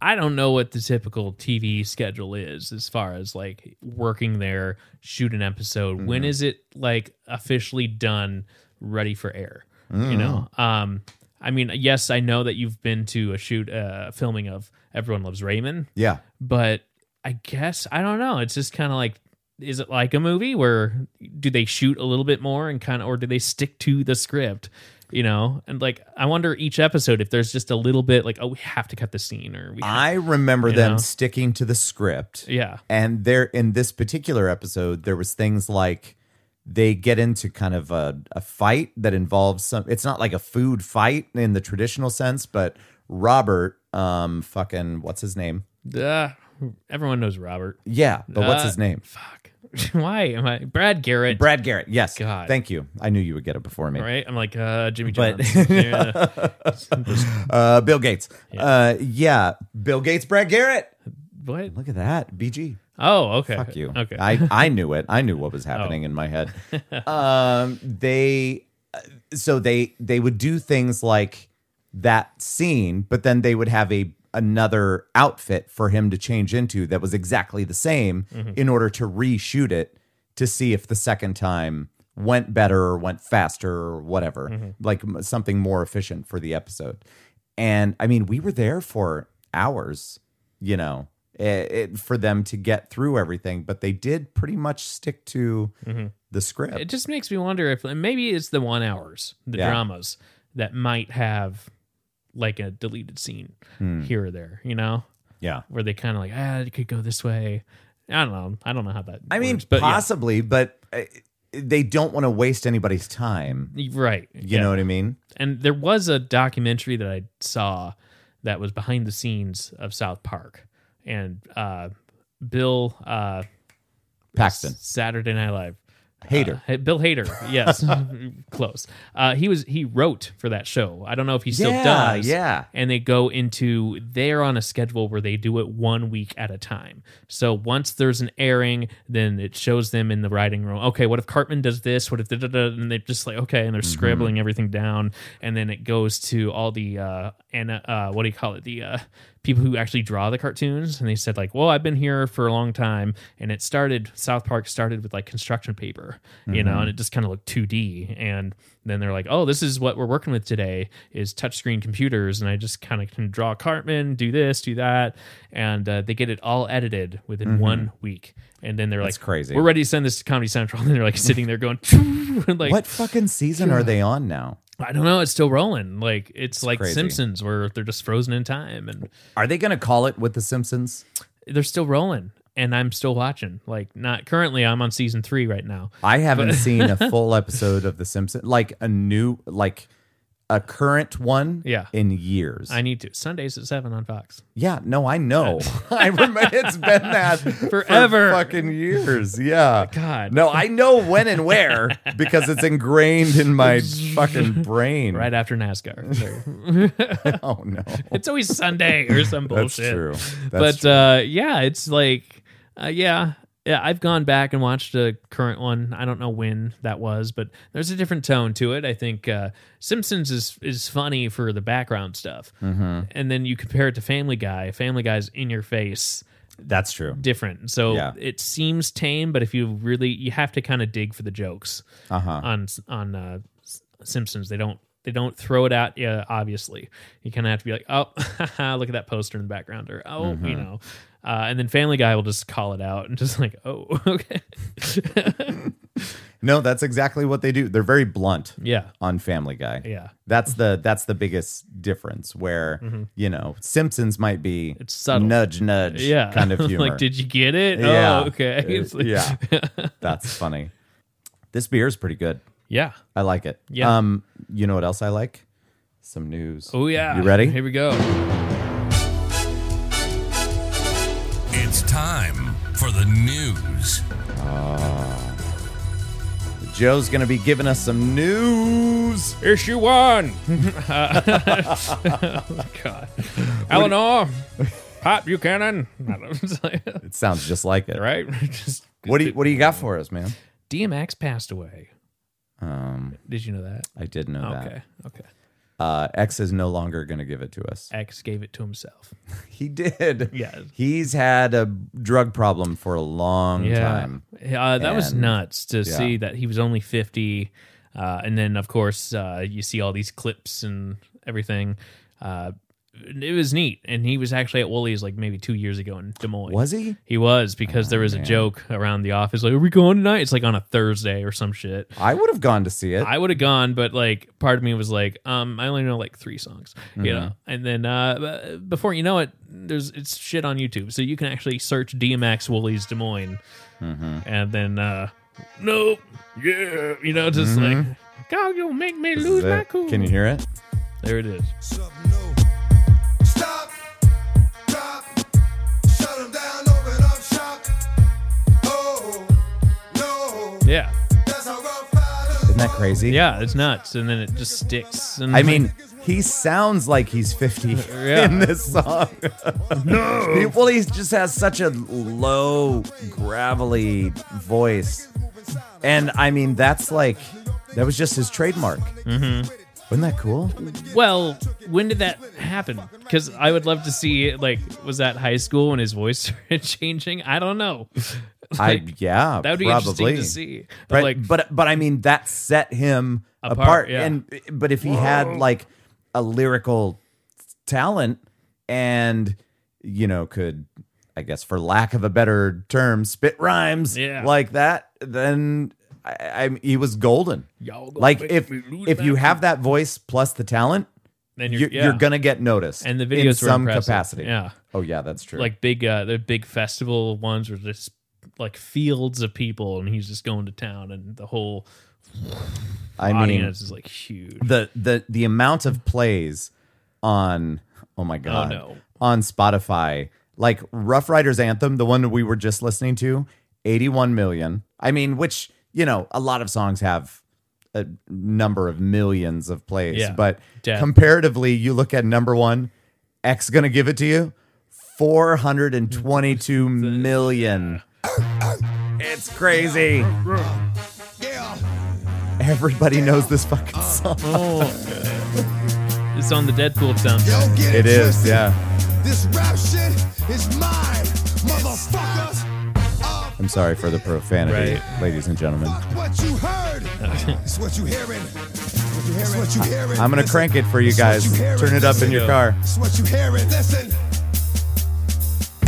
B: I don't know what the typical TV schedule is as far as like working there, shoot an episode.
A: Mm-hmm.
B: When is it like officially done, ready for air? You know,
A: Mm.
B: um, I mean, yes, I know that you've been to a shoot, uh, filming of Everyone Loves Raymond,
A: yeah.
B: but I guess I don't know. It's just kind of like, is it like a movie where do they shoot a little bit more and kind of, or do they stick to the script? You know, and like I wonder each episode if there's just a little bit like, oh, we have to cut the scene or we, have,
A: I remember them
B: know?
A: sticking to the script.
B: yeah,
A: And there in this particular episode, there was things like they get into kind of a, a fight that involves some it's not like a food fight in the traditional sense, but Robert, um fucking what's his name?
B: Duh. everyone knows Robert.
A: Yeah, but what's
B: Uh,
A: his name?
B: Fuck, (laughs) why am I Brad Garrett?
A: Brad Garrett. Yes.
B: God.
A: Thank you. I knew you would get it before me.
B: Right, I'm like uh, Jimmy
A: But-
B: Johnson.
A: (laughs)
B: yeah.
A: Uh, Bill Gates. Uh, yeah. Bill Gates, Brad Garrett.
B: What?
A: Look at that. BG.
B: Oh, okay.
A: Fuck you.
B: Okay. Oh.
A: I, I knew it. I knew what
B: (laughs)
A: was happening in my head. Um, they, uh, so they, they would do things like that scene, but then they would have a, another outfit for him to change into that was exactly the same in order to reshoot it to see if the second time went better or went faster or whatever, like m- something more efficient for the episode. And I mean, we were there for hours, you know, it, it, for them to get through everything, but they did pretty much stick to the script.
B: it just makes me wonder if and maybe it's the one hours, the
A: Yeah.
B: dramas that might have like a deleted scene
A: Hmm.
B: here or there, you know,
A: yeah.
B: where they kind of like ah, it could go this way. I don't know. I don't know how that.
A: I mean,
B: works, but yeah.
A: possibly, but uh, they don't want to waste anybody's time.
B: right?
A: You know what I mean?
B: and there was a documentary that I saw that was behind the scenes of South Park, and uh, Bill uh,
A: Paxton.
B: Saturday Night Live.
A: Hader.
B: Uh, Bill Hader,
A: (laughs)
B: yes, close. Uh, he was he wrote for that show. I don't know if he still
A: Yeah,
B: does.
A: yeah.
B: and they go into they're on a schedule where they do it one week at a time. So once there's an airing, then it shows them in the writing room. Okay, what if Cartman does this? What if da da da? And they're just like okay,
A: Mm-hmm.
B: and they're scribbling everything down, and then it goes to all the uh and uh what do you call it the uh people who actually draw the cartoons, and they said like, well, I've been here for a long time, and it started South Park started with like construction paper, you
A: Mm-hmm.
B: know, and it just kind of looked 2D, and then they're like, oh, this is what we're working with today is touchscreen computers, and I just kind of can draw Cartman, do this, do that, and uh, they get it all edited within one week, and then they're
A: Mm-hmm. That's
B: like,
A: crazy.
B: we're ready to send this to Comedy Central, (laughs) and they're like sitting there going, (laughs) and, like
A: what fucking season are they on now?
B: I don't know, it's still rolling, like it's like
A: crazy.
B: Simpsons where they're just frozen in time, and
A: Are they going to call it with The Simpsons?
B: they're still rolling. And I'm still watching. Like, not currently. I'm on season three right now.
A: I
B: (laughs)
A: haven't seen a full episode of The Simpsons, like a new, like a current one,
B: Yeah.
A: in years.
B: I need to. Sundays at seven on Fox.
A: yeah, no, I
B: (laughs)
A: know. (laughs) I remember it's been that for
B: Forever.
A: fucking years. Yeah,
B: (laughs) God.
A: no, I know when and where because it's ingrained in
B: (laughs)
A: my fucking brain. (laughs)
B: Right after NASCAR. Sorry. (laughs)
A: Oh no,
B: it's always Sunday or some
A: that's
B: bullshit. (laughs)
A: true. That's
B: but Uh, yeah, it's like, uh, yeah, yeah. I've gone back and watched a current one. I don't know when that was, but there's a different tone to it. I think uh, Simpsons is is funny for the background stuff,
A: Mm-hmm.
B: and then you compare it to Family Guy. Family Guy's in your face,
A: that's true.
B: different. So
A: Yeah.
B: it seems tame, but if you really, you have to kind of dig for the jokes
A: Uh huh.
B: on on uh, S- Simpsons. They don't they don't throw it out yeah, obviously. You kind of have to be like, oh, (laughs) look at that poster in the background, or oh,
A: Mm-hmm.
B: you know. Uh, and then Family Guy will just call it out and just like, oh, (laughs) okay,
A: No, that's exactly what they do. They're very blunt
B: yeah,
A: on Family Guy.
B: yeah.
A: That's the that's the biggest difference. Where you know Simpsons might be
B: Mm-hmm. It's subtle.
A: nudge nudge
B: Yeah, (laughs)
A: kind of humor.
B: like, did you get it?
A: Yeah.
B: Oh, okay. (laughs)
A: Uh,
B: It's like-
A: yeah,
B: (laughs)
A: that's funny. This beer is pretty good.
B: yeah.
A: I like it.
B: Yeah.
A: Um, you know what else I like? Some news.
B: Oh yeah.
A: You ready?
B: Here we go.
C: It's time for the news.
A: Joe's gonna be giving us some news.
B: Issue one.
A: (laughs)
B: oh, God,
A: (laughs)
B: Eleanor, Pop Buchanan. I don't know.
A: It sounds just like it.
B: (laughs) right? Just
A: What do you, what do you got for us, man?
B: DMX passed away.
A: Um,
B: Did you know that?
A: I did know
B: Okay. Okay.
A: that. Uh, X is no longer going to give it to us.
B: X gave it to himself.
A: He did.
B: Yeah.
A: He's had a drug problem for a long time.
B: Uh, that was
A: And-
B: nuts to see that he was only 50. Uh, and then, of course, uh, you see all these clips and everything. Uh, it was neat. And he was actually at Woolies like maybe two years ago in Des Moines.
A: Was he? Oh,
B: He was because there was a joke around the office like, are we going tonight? It's like on a Thursday or some shit.
A: I would have gone to see it.
B: I would have gone, but like part of me was like, um, I only know like three songs, you know.
A: Mm-hmm.
B: And then uh, b- before you know it, there's it's shit on YouTube, so you can actually search DMX Woolies Des Moines,
A: Mm-hmm.
B: and then uh, nope, yeah, you know, just like God, you make me
A: Mm-hmm. This is
B: lose
A: it.
B: my cool.
A: Can you hear it?
B: There it is.
D: Stop, Stop, drop, shut 'em down, open up shop. Oh, no,
B: Yeah,
D: that's how rough
A: Isn't that crazy?
B: yeah, it's nuts, and then it just sticks. And
A: I mean, he sounds like he's 50
B: (laughs) Yeah.
A: in this
B: (laughs)
A: song. no. well, he just has such a low, gravelly voice. And I mean, that's like, that was just his trademark. Mm-hmm. Wasn't that cool?
B: well, when did that happen? Because I would love to see like, was that high school when his voice (laughs) started changing? I don't know. Like-
A: I yeah,
B: That would be
A: probably.
B: interesting to see.
A: Right,
B: Like,
A: but but I mean that set him apart.
B: Apart, yeah.
A: And but if he had like a lyrical talent and you know could I guess for lack of a better term spit rhymes
B: Yeah.
A: like that, then I, I he was golden.
B: Y'all gonna
A: Like
B: make
A: if
B: me lose
A: if
B: my
A: you have that voice plus the talent,
B: then
A: you're,
B: yeah.
A: you're gonna get noticed.
B: and the
A: in
B: videos were
A: some
B: impressive.
A: capacity.
B: Yeah,
A: Oh yeah, that's true.
B: like big uh, the big festival ones were just like fields of people, and he's just going to town, and the whole
A: I mean,
B: audience is like huge.
A: the the the amount of plays on oh my god
B: no.
A: on Spotify like Rough Riders Anthem the one that we were just listening to 81 million I mean which you know a lot of songs have a number of millions of plays
B: Yeah.
A: but
B: Death.
A: comparatively you look at number 1 X going to give it to you
B: (laughs)
A: 422 million it's crazy everybody knows this fucking song
B: Oh, it's on the Deadpool sound.
D: Don't get
A: it is
D: twisted.
A: yeah
D: This rap shit is mine, motherfuckers. Oh,
A: I'm sorry for the profanity,
B: Right.
A: ladies and gentlemen.
D: fuck what you
A: (laughs)
D: heard. it's what you hearing. It's what you hearing.
A: I'm gonna
D: Listen.
A: crank it for you
D: It's what
A: guys.
D: you hearing.
A: Turn it up in
D: Listen.
A: your car.
D: It's what you hearing. Listen.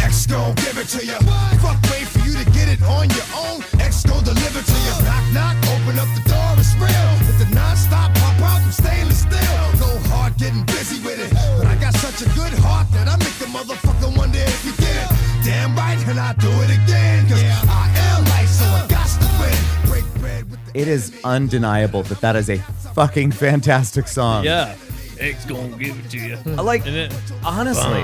D: X gon' give it to you. Fuck wait for you to get it on your own. X gon' deliver to you. Knock knock, open up the door, it's real. With the non-stop pop out, I'm stainless steel. Go hard getting busy with it. But I got such a good heart that I make the motherfucker wonder if you get it. Damn right, and I do it again. Cause I am life, so I got to win. Break bread with the
A: It is
D: enemy.
A: undeniable that that is a fucking fantastic song.
B: Yeah, X gonna give it to you. (laughs)
A: Like,
B: And it-
A: honestly,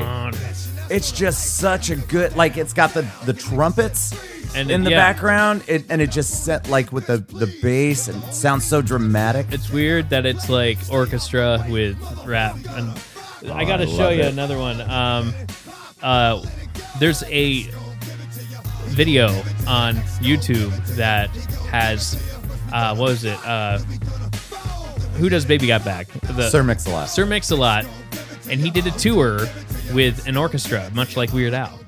A: it's just such a good. Like, it's got the the trumpets
B: And
A: in
B: it-
A: the
B: yeah.
A: background, it, and it just set like with the the bass and it sounds so dramatic.
B: It's weird that it's like orchestra with rap. And I got
A: Oh, I
B: to show
A: love
B: you
A: it.
B: another one. Um, uh, there's a video on YouTube that has uh, what was it? Uh, who does Baby Got Back? The
A: Sir Mix-a-Lot.
B: uh, Sir Mix a Lot, and he did a tour with an orchestra, much like Weird Al.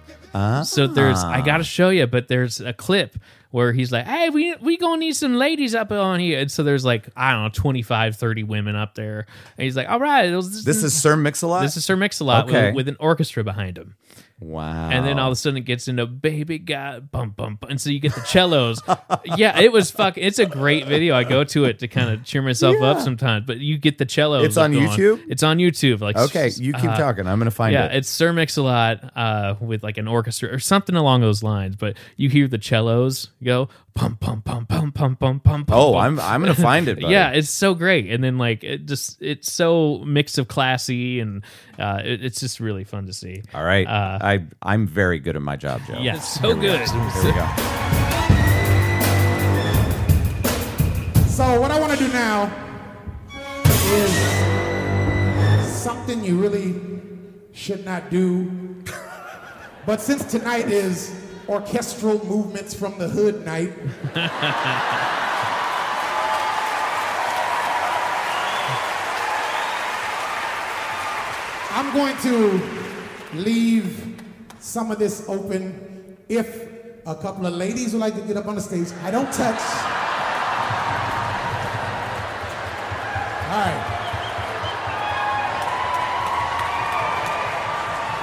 B: So there's,
A: Ah.
B: I gotta show you, but there's a clip where he's like, "Hey, we we gonna need some ladies up on here," and so there's like I don't know, 25, 30 women up there, and he's like, "All right, it was-
A: This is Sir Mix-a-Lot.
B: this is Sir Mix a Lot
A: Okay.
B: with, with an orchestra behind him."
A: wow.
B: And then all of a sudden it gets into baby got bum bum, bum. and so you get the cellos. (laughs) yeah, it was fuck. It's a great video. I go to it to kind of cheer myself up sometimes. But you get the cellos.
A: It's on
B: going.
A: YouTube?
B: It's on YouTube. Like
A: okay, you keep
B: uh,
A: talking. I'm gonna find
B: yeah,
A: it.
B: it's Sir Mix a Lot uh, with like an orchestra or something along those lines. But you hear the cellos go pum pum pum pum pum pum pum. pum,
A: Oh,
B: pum.
A: I'm I'm gonna find it. Buddy.
B: (laughs) Yeah, it's so great, and then like it just it's so mix of classy, and uh, it, it's just really fun to see.
A: All right.
B: Uh,
A: I I'm very good at my job, Joe.
B: Yeah, so good. (laughs)
A: Here we go.
E: So what I want to do now is something you really should not do. But since tonight is orchestral movements from the hood night. I'm going to leave some of this open if a couple of ladies would like to get up on the stage. I don't touch. All right.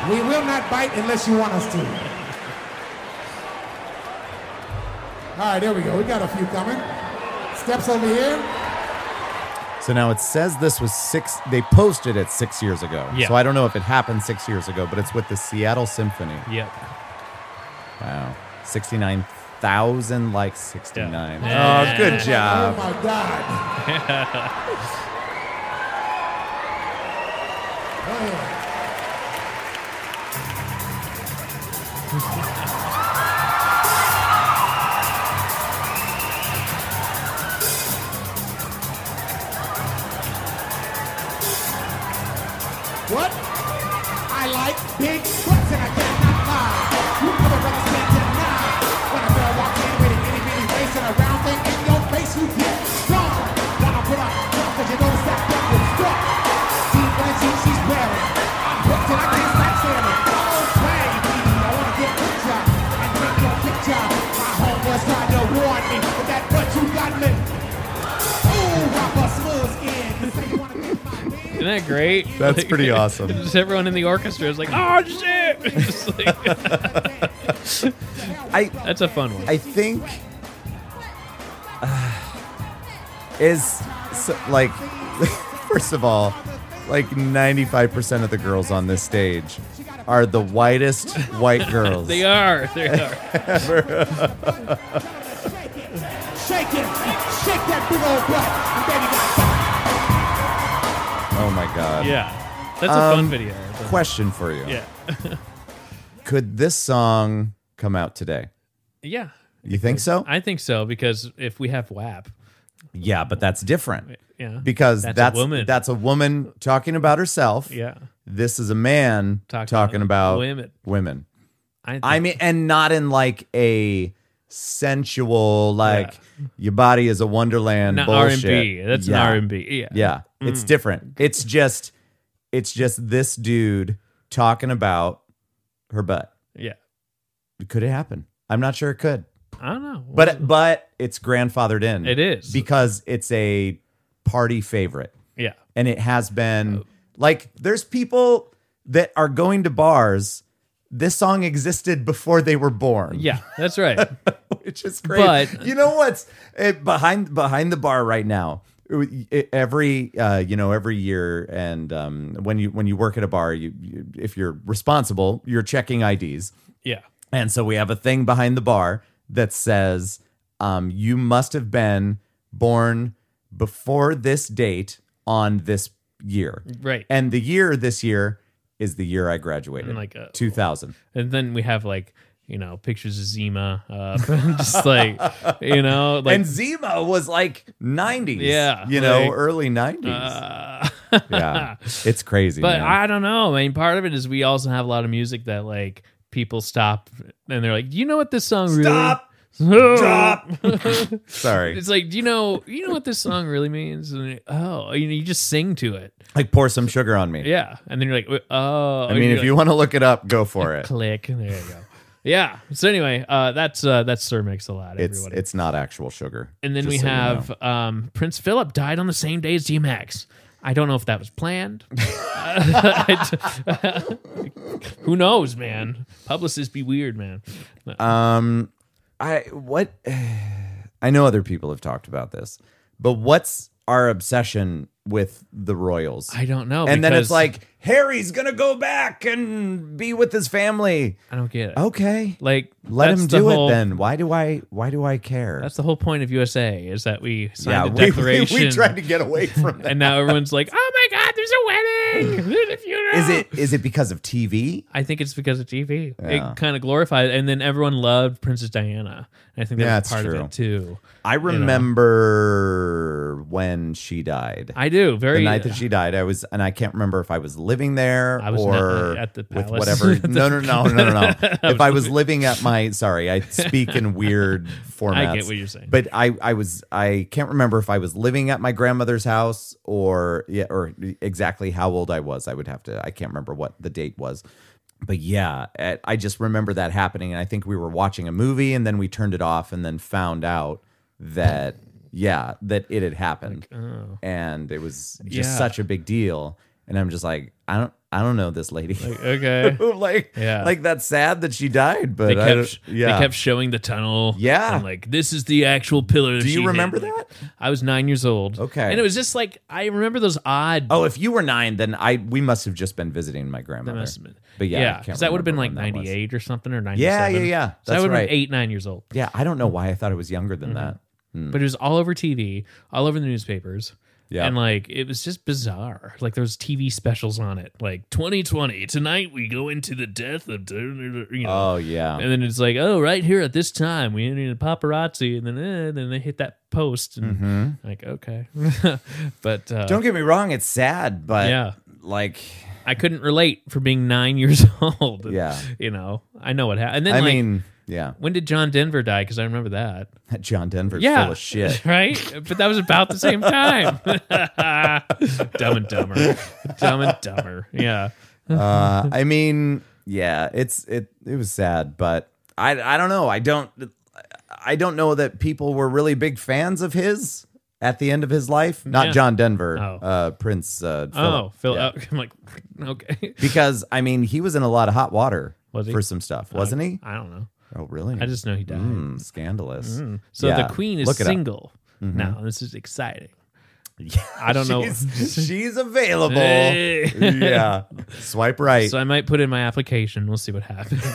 E: We will not bite unless you want us to. All right, there we go. We got a few coming. Steps over here.
A: So now it says this was six. They posted it six years ago.
B: Yeah.
A: So I don't know if it happened six years ago, but it's with the Seattle Symphony.
B: Yep.
A: Wow, sixty-nine thousand like sixty-nine.
B: Yeah.
A: Oh, good
E: Oh
A: job.
B: (laughs)
E: my God. Oh, yeah. What? I like big butts and I cannot lie. You never really said deny. When a girl walk in with an itty bitty face and a round thing in your face, you get stung. Wanna put up tough 'cause you notice that butt was stuck. See when she, she's wearing. I'm hooked and I can't stop staring. Oh, baby, I wanna get picture and take your picture. My homeboys tried to warn me, but that butt you got me. Ooh, I bust moves in. You say you wanna get my man?
B: Isn't that great?
A: That's
B: (laughs)
A: pretty awesome.
B: Just everyone in the orchestra is like, oh shit! (laughs) It's like-
A: I
B: that's a fun one.
A: I think uh, is so, like (laughs) first of all, like 95% of the girls on this stage are the whitest white girls.
B: (laughs) they are. They are.
E: Shake it. Shake that big old butt. And baby got fat.
A: Oh my god.
B: (laughs) Yeah. That's a fun
A: Um,
B: video. That's a-
A: Question for you.
B: Yeah.
A: (laughs) Could this song come out today?
B: Yeah.
A: You think so?
B: I think so because if we have WAP,
A: yeah, but that's different.
B: yeah.
A: Because
B: That's a
A: that's
B: woman.
A: that's a woman talking about herself.
B: yeah.
A: This is a man
B: Talking
A: talking,
B: about
A: about
B: women.
A: Women.
B: I, think,
A: I mean, and not in like a sensual, like your body is a wonderland.
B: not R and
A: bullshit.
B: B. That's
A: yeah.
B: an R and B. Mm. Yeah.
A: Yeah, it's different. It's just, it's just this dude talking about her butt.
B: Yeah.
A: Could it happen? I'm not sure it could,
B: I don't know.
A: but but it's grandfathered in.
B: It is.
A: because it's a party favorite,
B: yeah.
A: and it has
B: Oh.
A: been like there's people that are going to bars. This song existed before they were born.
B: Yeah.
A: (laughs)
B: That's right.
A: which is great.
B: But-
A: you know what's it, behind behind the bar right now? it- Every uh, you know every year, and um, when you when you work at a bar, you, you if you're responsible, you're checking IDs,
B: yeah.
A: and so we have a thing behind the bar that says um, you must have been born before this date on this year,
B: Right. And,
A: and the year this year is the year I graduated,
B: like, uh,
A: 2000.
B: then we have like, you know, pictures of Zima up (laughs) and just like, you know, like
A: and Zima was like 90s.
B: Yeah,
A: You know,
B: like, uh,
A: early 90s.
B: (laughs)
A: yeah. It's crazy.
B: But
A: man.
B: I don't know. I mean, part of it is we also have a lot of music that like people stop and they're like, "Do you know what this song
A: Stop!
B: really?"
A: Sorry.
B: (laughs) It's like, do you know, you know what this song really means? And oh, you know, you just sing to it,
A: like pour some sugar on me.
B: yeah. And then you're like, "Wait, oh.
A: I mean, if you want to look it up, go for it.
B: click, there you go. Yeah. So anyway, uh, that's uh, that's Sir Mix a lot.
A: It's
B: everybody.
A: it's not actual sugar.
B: and then
A: just
B: we
A: so you
B: have
A: know.
B: um, Prince Philip died on the same day as DMX. I don't know if that
A: (laughs)
B: was planned. (laughs) Who knows, man? Publicists be weird, man.
A: um I what (sighs) I know other people have talked about this, but what's our obsession with the Royals?
B: I don't know.
A: and then
B: because
A: it's like Harry's gonna go back and be with his family.
B: I don't get it.
A: Okay.
B: like
A: oh, Let
B: that's
A: him
B: the
A: do
B: whole-
A: it then. Why do I why do I care?
B: That's the whole point of USA is that we signed a
A: we- (laughs) we,
B: declaration.
A: we tried to get away from that.
B: and now everyone's like, "Oh my God, there's a wedding, there's a funeral."
A: (laughs) Is it is it because of TV?
B: I think it's because of TV.
A: Yeah.
B: It kind of glorified, and then everyone loved Princess Diana. I think that
A: Yeah,
B: was
A: it's
B: part of
A: true.
B: it too.
A: I remember when she died.
B: I do very
A: the night that she died, I was, and I can't remember if I was living there
B: I was
A: or
B: not (laughs) at the
A: with
B: palace.
A: whatever. No, no, no, no, no,
B: (laughs)
A: no. if I was living at my, sorry, I speak in weird formats.
B: I get what you're saying.
A: But I, I was, I can't remember if I was living at my grandmother's house or yeah, or exactly how old I was. I would have to. I can't remember what the date was. But yeah, I- I just remember that happening, and I think we were watching a movie, and then we turned it off, and then found out that yeah, that it had happened, and it was just
B: oh. Yeah.
A: such a big deal. And I'm just like, I don't, I don't know this lady. Like,
B: (laughs) okay.
A: (laughs) like,
B: Yeah.
A: that's sad that she died, but
B: They
A: I
B: kept,
A: don't- yeah,
B: they kept showing the tunnel.
A: Yeah.
B: and like this is the actual pillar. that
A: Do you
B: she
A: remember
B: hit.
A: that?
B: I was nine years old.
A: Okay.
B: and it was just like I remember those odd.
A: Oh, if you were nine, then I we must have just been visiting my grandmother.
B: that must have been.
A: But yeah, I can't
B: because that would have been like
A: remember when that was.
B: '98 or something or '97.
A: Yeah, yeah, yeah.
B: So I
A: That's
B: would have
A: right.
B: been eight, nine years old.
A: Yeah, I don't
B: Hmm.
A: know why I thought it was younger than
B: Mm-hmm.
A: that.
B: But it was all over TV, all over the newspapers.
A: Mm. Yeah.
B: And like it was just bizarre. Like there was TV specials on it, like 2020 tonight we go into the death of you know.
A: Oh yeah,
B: And then it's like, oh, right here at this time we entered the paparazzi, and then eh, then they hit that post, and like okay, (laughs) but uh,
A: Mm-hmm. don't get me wrong, it's sad, but
B: Yeah.
A: like
B: I couldn't relate for being nine (laughs) years old.
A: Yeah.
B: you know, I know what happened. And then
A: I
B: like,
A: mean, yeah, (laughs)
B: when did John Denver die? Because I remember that.
A: that John Denver's (laughs)
B: yeah,
A: full of
B: (laughs)
A: shit.
B: right? But that was about the same time. (laughs) Dumb and Dumber, Dumb and Dumber. Yeah,
A: uh, I mean, yeah, it's it it was sad, but I I don't know. I don't I don't know that people were really big fans of his at the end of his life. Not
B: Yeah.
A: John Denver,
B: Oh.
A: uh, Prince. Uh, Philip.
B: Oh, Phil.
A: Yeah.
B: oh, (laughs) I'm like, okay.
A: because I mean, he was in a lot of hot water
B: Was he? Uh-huh.
A: for some stuff, wasn't he?
B: I don't know.
A: Oh, really?
B: I just Hmm. know he died.
A: Mm, scandalous. (laughs)
B: So
A: Yeah,
B: the queen is
A: look it up. Mm-hmm.
B: single now. This is exciting.
A: Yeah,
B: I don't know.
A: She's, she's available.
B: (laughs) Hey.
A: yeah. Swipe right.
B: So I might put in my application. We'll see what happens.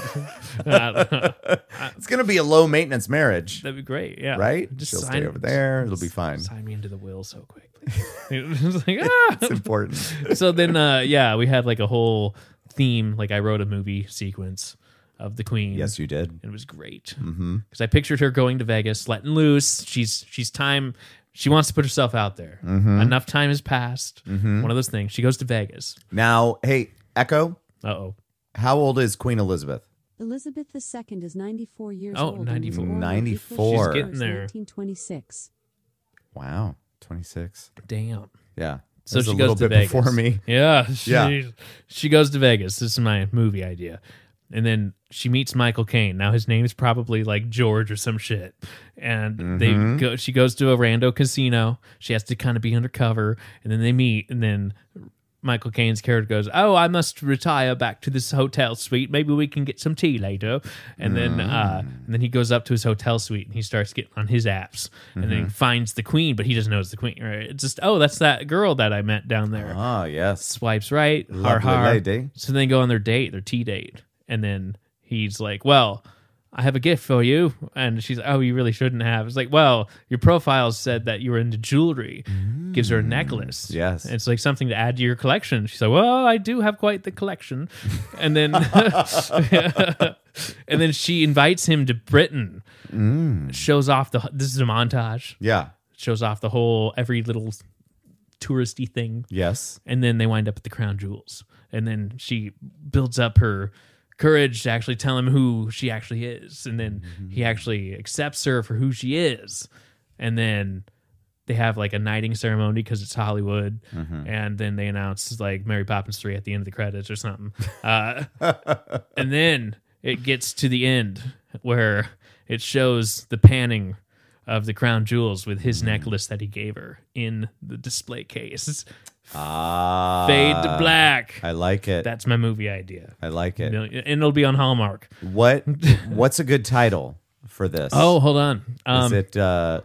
B: (laughs) I don't know. (laughs)
A: it's going to be a low maintenance marriage,
B: That'd be great. Yeah.
A: right?
B: Just
A: She'll
B: sign-
A: stay over there. It'll be fine.
B: Sign me into the will so quick.
A: (laughs)
B: please. (laughs) It's like, ah.
A: It's important.
B: (laughs) so then uh yeah we had like a whole theme like i wrote a movie sequence of the queen
A: yes, Mm-hmm. you did.
B: and it was great because i pictured her going to vegas letting loose she's she's time she wants to put herself out there
A: Mm-hmm.
B: enough time has passed one of those things she goes to vegas
A: Now, hey, Echo,
B: uh-oh
A: how old is Queen Elizabeth?
F: Elizabeth II is 94 years
B: Oh,
F: old. and was
B: 94.
F: born on
A: 94.
F: April
A: She's
B: getting there.
F: 1926.
A: Wow. 26.
B: damn
A: Yeah.
B: so
A: That's
B: she
A: a
B: goes
A: little
B: to
A: bit
B: Vegas.
A: before me.
B: Yeah, she,
A: Yeah.
B: She goes to Vegas. This is my movie idea, and then she meets Michael Caine. Now his name is probably like George or some shit. And they go. She goes to a rando casino. She has to kind of be undercover, and then they meet, and then. Michael Caine's character goes, "Oh, I must retire back to this hotel suite. Maybe we can get some tea later." And then, uh, and then he goes up to his hotel suite and he starts getting on his apps, and then he finds the queen, but he doesn't know it's the queen. Right? It's just, oh, that's that girl that I met down there
A: Ah, yes.
B: swipes right, har
A: Lovely
B: har.
A: lady.
B: So then they go on their date, their tea date, and then he's like, "Well, I have a gift for you," and she's, "Oh, you really shouldn't have." It's like, "Well, your profile said that you were into jewelry." Gives her a necklace.
A: Mm, yes.
B: it's like something to add to your collection. She's like, "Well, I do have quite the collection," and then. (laughs) And then she invites him to Britain.
A: Mm.
B: Shows off the. This is a montage.
A: Yeah.
B: Shows off the whole every little touristy thing
A: Yes.
B: and then they wind up at the crown jewels and then she builds up her courage to actually tell him who she actually is and then he actually accepts her for who she is and then they have like a knighting ceremony because it's Hollywood, and then they announce like Mary Poppins three at the end of the credits or something, (laughs) uh, and then it gets to the end where it shows the panning of the crown jewels with
A: Mm-hmm.
B: his necklace that he gave her in the display case.
A: Ah.
B: Fade to black.
A: I like it.
B: That's my movie idea.
A: I like it.
B: And it'll be on Hallmark. (laughs)
A: What? What's a good title for this?
B: Oh, hold on.
A: is
B: Um,
A: it uh,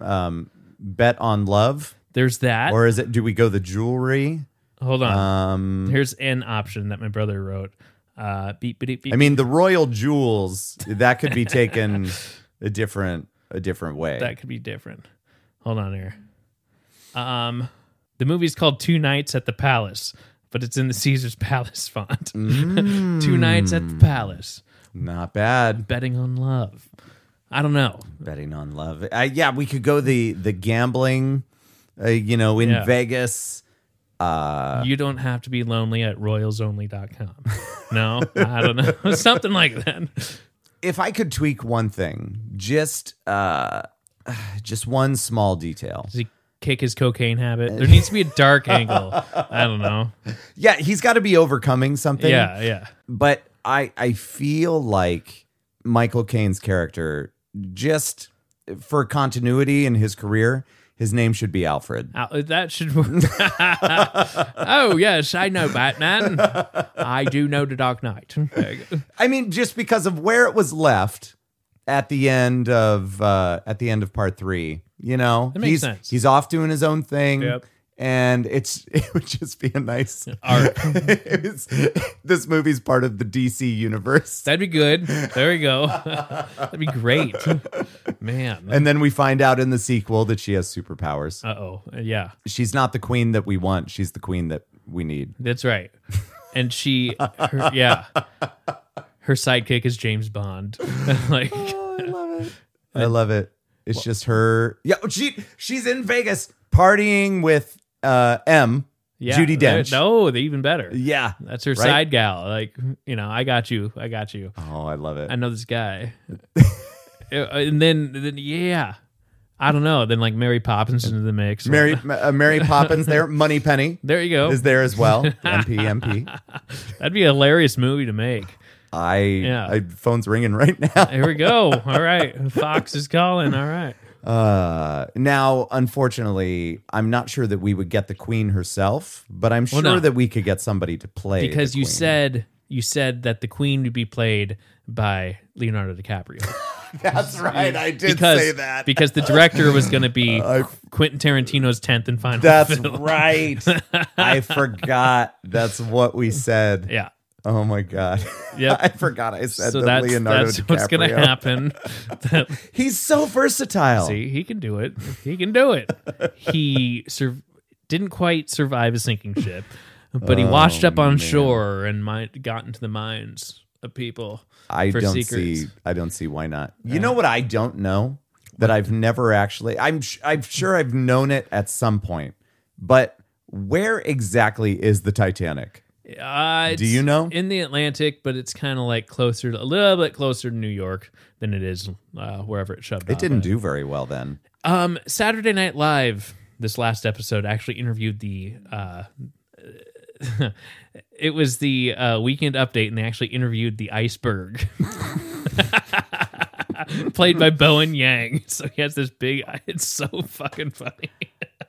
A: um, bet on love
B: there's that.
A: or is it do we go the jewelry
B: hold on.
A: um
B: Here's an option that my brother wrote. Uh, beep, beep, beep, beep.
A: i mean the royal jewels that could be
B: (laughs)
A: taken a different a different way
B: that could be different. Hold on here. Um, the movie's called Two Nights at the Palace, but it's in the (laughs) Caesar's Palace font. (laughs) Two Nights at the Palace,
A: not bad
B: betting on love. I don't know.
A: betting on love uh, yeah we could go the the gambling uh, you know, in
B: Yeah.
A: Vegas. Uh,
B: you don't have to be lonely at royalsonly.com. No, I don't know. (laughs) Something like that.
A: if I could tweak one thing, just uh, (sighs) just one small detail.
B: Does he kick his cocaine habit? There needs to be a dark angle. I don't know.
A: Yeah, he's got to be overcoming something.
B: Yeah, yeah.
A: but I I feel like Michael Caine's character just for continuity in his career, his name should be Alfred.
B: Al- Uh, That should. (laughs) oh yes, I know Batman. I do know the Dark Knight. There you go.
A: I mean, just because of where it was left at the end of uh, at the end of part three, you know,
B: That makes
A: he's
B: sense.
A: he's off doing his own thing.
B: Yep.
A: And it's (laughs) it would just be a nice.
B: (laughs) Arc.
A: (laughs) it's, this movie's part of the DC universe,
B: That'd be good. There we go. That'd be great, man.
A: and then we find out in the sequel that she has superpowers.
B: Uh oh, yeah,
A: she's not the queen that we want. She's the queen that we need.
B: that's right. And she, her, yeah, her sidekick is James Bond. (laughs) like,
A: Oh, I love it. I love it. It's just her. Yeah, oh, she she's in Vegas partying with uh M.
B: yeah,
A: Judi
B: they're-
A: Dench.
B: No, they're even better.
A: Yeah.
B: That's her
A: Right?
B: side gal. Like, you know, I got you. I got you.
A: Oh, I love it.
B: I know
A: (laughs)
B: this guy. Uh, and then, then, yeah, I don't know. Then like Mary Poppins into the mix. (laughs)
A: Mary uh, Mary Poppins there. Money Penny
B: there you go.
A: is there as
B: (laughs)
A: well. MP MP.
B: That'd be a hilarious movie to make.
A: I
B: Yeah.
A: I phone's ringing right (laughs) now.
B: Here we go. All right, Fox is calling. All right.
A: Uh, now, unfortunately, I'm not sure that we would get the queen herself, but I'm sure
B: Well, no.
A: that we could get somebody to play the
B: because you
A: queen.
B: said you said that the queen would be played by Leonardo
A: (laughs)
B: DiCaprio.
A: that's right. I did
B: Because
A: say that.
B: because the director was going
A: (laughs)
B: to be Quentin Tarantino's tenth and final.
A: That's
B: (laughs) film.
A: right. I forgot. That's what we said.
B: Yeah.
A: Oh my god.
B: Yep.
A: (laughs) I forgot. I said
B: so
A: that
B: that's
A: Leonardo
B: that's
A: DiCaprio.
B: what's going to
A: (laughs)
B: happen. That-
A: He's so versatile.
B: see, he can do it. He can do it. He sur- didn't quite survive a sinking ship, but
A: Oh,
B: he washed up on shore and mi- got into the minds of people.
A: I
B: for
A: don't
B: secrets.
A: see. I don't see why not. You know what? I don't know that I've never actually. I'm. sh- I'm sure I've known it at some point, but where exactly is the Titanic?
B: Uh,
A: Do
B: it's
A: you know?
B: in the Atlantic? But it's kind of like closer, to, a little bit closer to New York than it is uh, wherever it shoved.
A: It didn't do very well then.
B: Um, Saturday Night Live. This last episode actually interviewed the. Uh, (laughs) it was the uh, weekend update, and they actually interviewed the iceberg. (laughs) Played by Bowen Yang, (laughs) so he has this big. It's so fucking funny.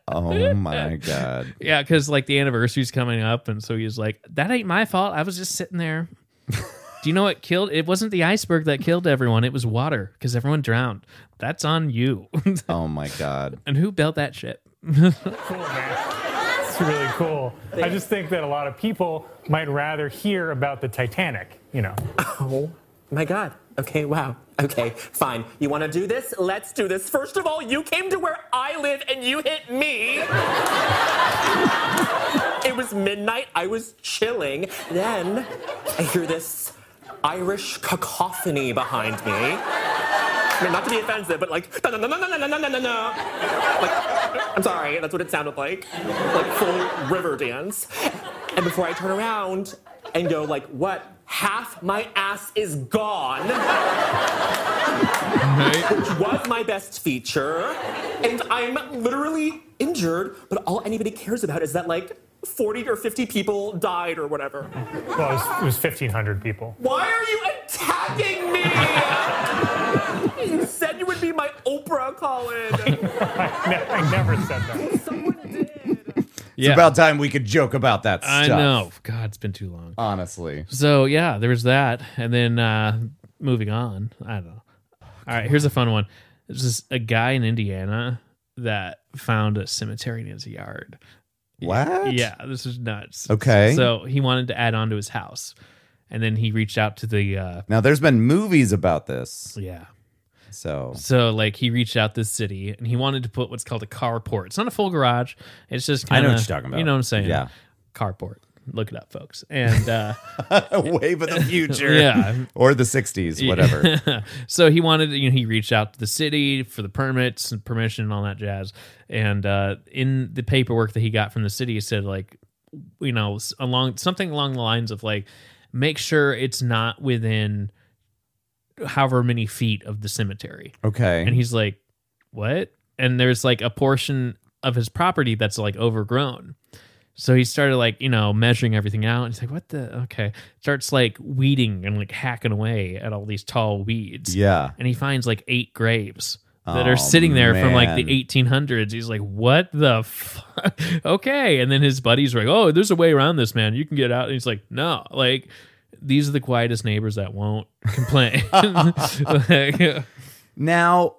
A: Oh
B: (laughs)
A: my god.
B: Yeah, because like the anniversary's coming up, and so he's like, "That ain't my fault. I was just sitting there." (laughs) Do you know what killed? It wasn't the iceberg that killed everyone. It was water because everyone drowned. That's on you. (laughs)
A: Oh my god.
B: and who built that ship?
G: It's really cool. I just think that a lot of people might rather hear about the Titanic, you know.
H: Oh my god. Okay, wow. Okay, fine. You want to do this? Let's do this. First of all, you came to where I live and you hit me. it was midnight. I was chilling. Then I hear this Irish cacophony behind me. I mean, not to be offensive, but like, no, no, no, no, no, no, no, no, no, no. Like, I'm sorry, that's what it sounded like. Like full river dance. And before I turn around and go like, what? Half my ass is gone was my best feature, and I'm literally injured, but all anybody cares about is that like 40 or 50 people died or whatever.
G: Well, it was, it was 1,500 people. (laughs)
H: Why are you attacking me? you said you would be my Oprah Colin.
G: I, ne- I never said that.
H: Someone did.
B: Yeah,
A: It's about time we could joke about that stuff.
B: I know. God, it's been too long.
A: Honestly.
B: So yeah, there was that, and then uh, moving on. I don't know. All right, here's a fun one. There's this a guy in Indiana that found a cemetery in his yard.
A: What?
B: Yeah, this is nuts.
A: Okay.
B: So he wanted to add on to his house. And then he reached out to the uh
A: Now there's been movies about this.
B: yeah. (laughs)
A: So (laughs)
B: So like he reached out this city and he wanted to put what's called a carport. It's not a full garage. It's just
A: I know
B: kinda-
A: what you're talking about.
B: You know what I'm saying?
A: Yeah.
B: Carport. Look it up, folks. And uh,
A: A wave of the future.
B: Yeah.
A: Or the 60s,
B: (laughs)
A: whatever.
B: so he wanted, you know, he reached out to the city for the permits and permission and all that jazz. And uh, in the paperwork that he got from the city, it said like, you know, s- along something along the lines of like, make sure it's not within however many feet of the cemetery.
A: Okay.
B: And he's like, "What?" And there's like a portion of his property that's like overgrown. So he started like, you know, measuring everything out. And he's like, "What the okay?" Starts like weeding and like hacking away at all these tall weeds.
A: yeah.
B: And he finds like eight graves that
A: Oh,
B: are sitting there from like the
A: man.
B: 1800s. He's like, "What the fuck?" (laughs) okay. And then his buddies were like, "Oh, there's a way around this, man. You can get out." And he's like, "No, like." These are the quietest neighbors that won't complain. (laughs) Like,
A: Now,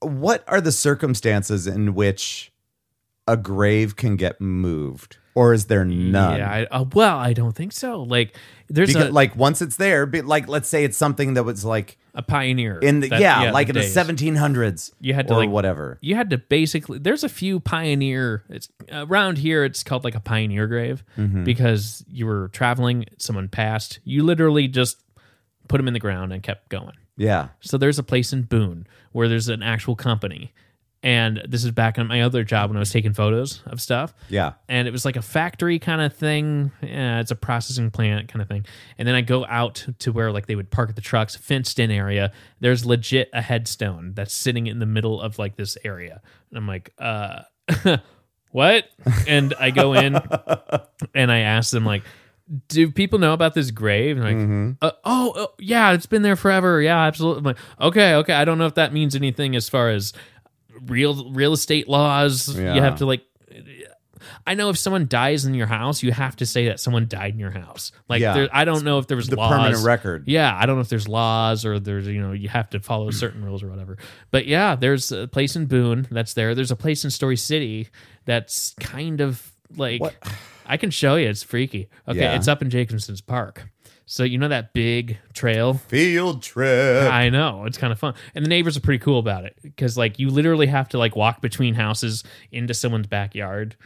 A: what are the circumstances in which a grave can get moved? Or is there none?
B: Yeah, I, uh, well, I don't think so. Like, there's
A: because,
B: a,
A: Um, like once it's there, be, like let's say it's something that was like
B: a pioneer
A: in the
B: that-
A: yeah, like in the
B: days.
A: 1700s,
B: You had to,
A: or
B: like-
A: whatever.
B: You had to basically. There's a few pioneer. It's around here. It's called like a pioneer grave
A: Mm-hmm.
B: because you were traveling. Someone passed. You literally just put them in the ground and kept going.
A: Yeah,
B: So there's a place in Boone where there's an actual company. And this is back on my other job when I was taking photos of stuff.
A: Yeah.
B: And it was like a factory kind of thing. Yeah, it's a processing plant kind of thing. And then I go out to where like they would park the trucks, fenced in area. There's legit a headstone that's sitting in the middle of like this area. And I'm like, uh, (laughs) what? And I go in and I asked them like, "Do people know about this grave?" And like, uh, oh, oh, yeah, it's been there forever. Yeah, absolutely. I'm like, okay, okay. I don't know if that means anything as far as real real estate laws. You
A: Yeah.
B: have to like. I know if someone dies in your house, you have to say that someone died in your house. Like,
A: Yeah.
B: there, I don't know if there was
A: the
B: laws.
A: permanent record.
B: Yeah, I don't know if there's laws or there's you know you have to
A: Hmm.
B: follow certain rules or whatever. But yeah, there's a place in Boone that's there. There's a place in Story City that's kind of like
A: What?
B: I can show you. It's freaky. Okay,
A: Yeah.
B: it's up in Jacobson's Park. So you know that big
A: (laughs)
B: trail
A: Field trip.
B: I know it's kind of fun, and the neighbors are pretty cool about it because like you literally have to like walk between houses into someone's backyard,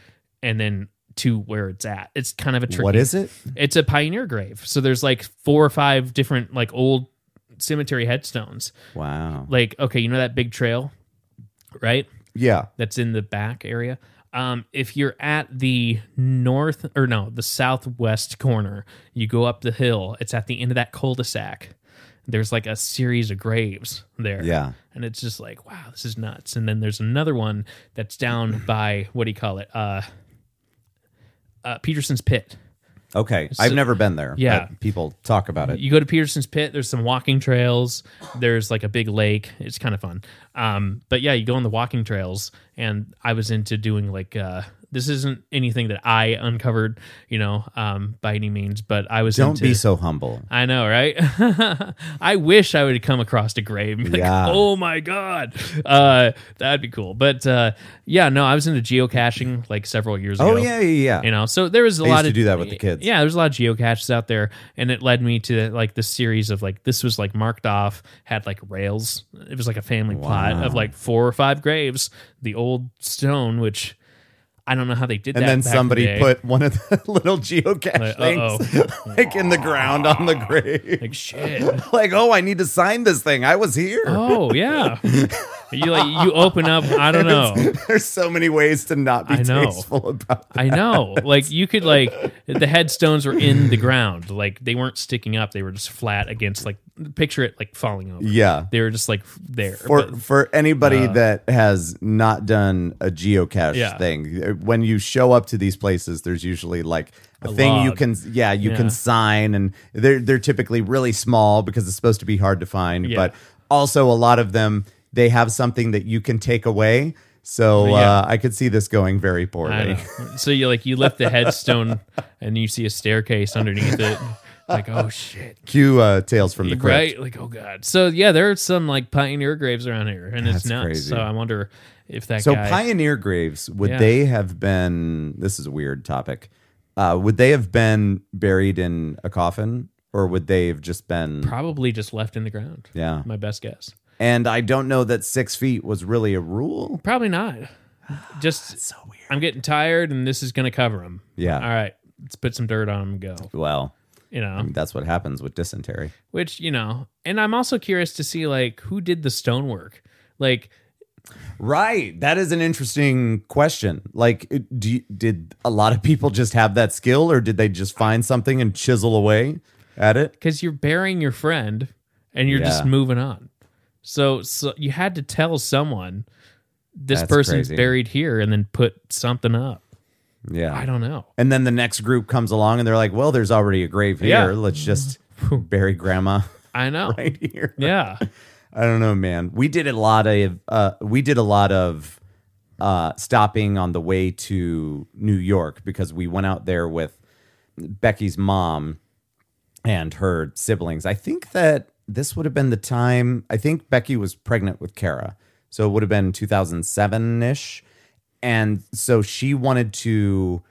B: and then to where it's at. It's kind of a tricky.
A: What is it?
B: It's a pioneer grave. So there's like four or five different like old cemetery headstones.
A: Wow.
B: Like okay, you know that big trail, right?
A: Yeah.
B: that's in the back area. Um, if you're at the north or no, the southwest corner, you go up the hill. It's at the end of that cul-de-sac. There's like a series of graves there.
A: Yeah.
B: and it's just like wow, this is nuts. And then there's another one that's down by what do you call it? Uh, uh, Peterson's Pit.
A: Okay. I've never been there.
B: Yeah.
A: but people talk about it.
B: You go to Peterson's Pit. There's some walking trails. There's like a big lake. It's kind of fun. Um, but yeah, you go on the walking trails, and I was into doing like uh, this isn't anything that I uncovered, you know, um, by any means. But I was
A: Don't
B: into,
A: be so humble.
B: I know, right? (laughs) I wish I would have come across a grave. (laughs) And be like,
A: Yeah.
B: oh my god, uh, that'd be cool. But uh, yeah, no, I was into geocaching like several years
A: Oh
B: ago.
A: yeah, yeah, yeah.
B: You know, so there was a
A: I
B: lot
A: used to
B: of
A: do that with the kids.
B: Yeah, there's a lot of geocaches out there, and it led me to like this series of like this was like marked off, had like rails. It was like a family plot of like four or five graves, the old stone, which I don't know how they did
A: and
B: that.
A: then
B: back in the
A: somebody
B: day.
A: put one of the (laughs) little geocache
B: Like,
A: things (laughs) like in the ground on the grave. (laughs)
B: like shit.
A: Like, oh, I need to sign this thing. I was here.
B: Oh yeah, you like you open up. I don't know.
A: (laughs) There's so many ways to not be
B: I know.
A: tasteful about that.
B: I know. Like you could like the headstones were in the ground. Like they weren't sticking up. They were just flat against like picture it like falling over.
A: Yeah.
B: They were just like there.
A: For
B: But- uh,
A: for anybody that has not done a geocache
B: Yeah.
A: thing, uh, when you show up to these places, there's usually like a, thing you
B: log.
A: can yeah you
B: Yeah.
A: can sign, and they're they're typically really small because it's supposed to be hard to find.
B: Yeah.
A: But also a lot of them they have something that you can take away. So
B: Yeah.
A: uh, I could see this going very
B: I
A: poorly.
B: know. So you like you lift the headstone and you see a staircase underneath it. Like oh shit,
A: (laughs) Cue uh, tales from the crypt.
B: right? Like oh god. So yeah, there are some like pioneer graves around here, and it's
A: That's
B: nuts.
A: crazy.
B: So I wonder if that
A: So
B: guy.
A: pioneer graves would
B: Yeah.
A: they have been? This is a weird topic. Uh, would they have been buried in a coffin, or would they have just been?
B: Probably just left in the ground.
A: Yeah.
B: my best guess.
A: And I don't know that six feet was really a rule. (sighs)
B: Probably not. Just so weird. I'm getting tired, and this is going to cover them.
A: Yeah.
B: All right. spit some dirt on them and go.
A: Well,
B: You know,
A: that's what happens with dysentery.
B: which you know, and I'm also curious to see like who did the stonework. Like,
A: Right. That is an interesting question. Like, it- do you- did a lot of people just have that skill, or did they just find something and chisel away at it?
B: because you're burying your friend and you're just
A: Yeah.
B: moving on. So, so you had to tell someone this
A: That's
B: person's
A: crazy.
B: buried here and then put something up.
A: Yeah.
B: I don't know.
A: and then the next group comes along and they're like, well, there's already a grave here.
B: Yeah.
A: Let's just bury grandma
B: I know.
A: (laughs) right here.
B: Yeah.
A: I don't know, man. We did a lot of uh, we did a lot of uh, stopping on the way to New York because we went out there with Becky's mom and her siblings. I think that this would have been the time. I think Becky was pregnant with Kara, so it would have been 2007 ish, and so she wanted to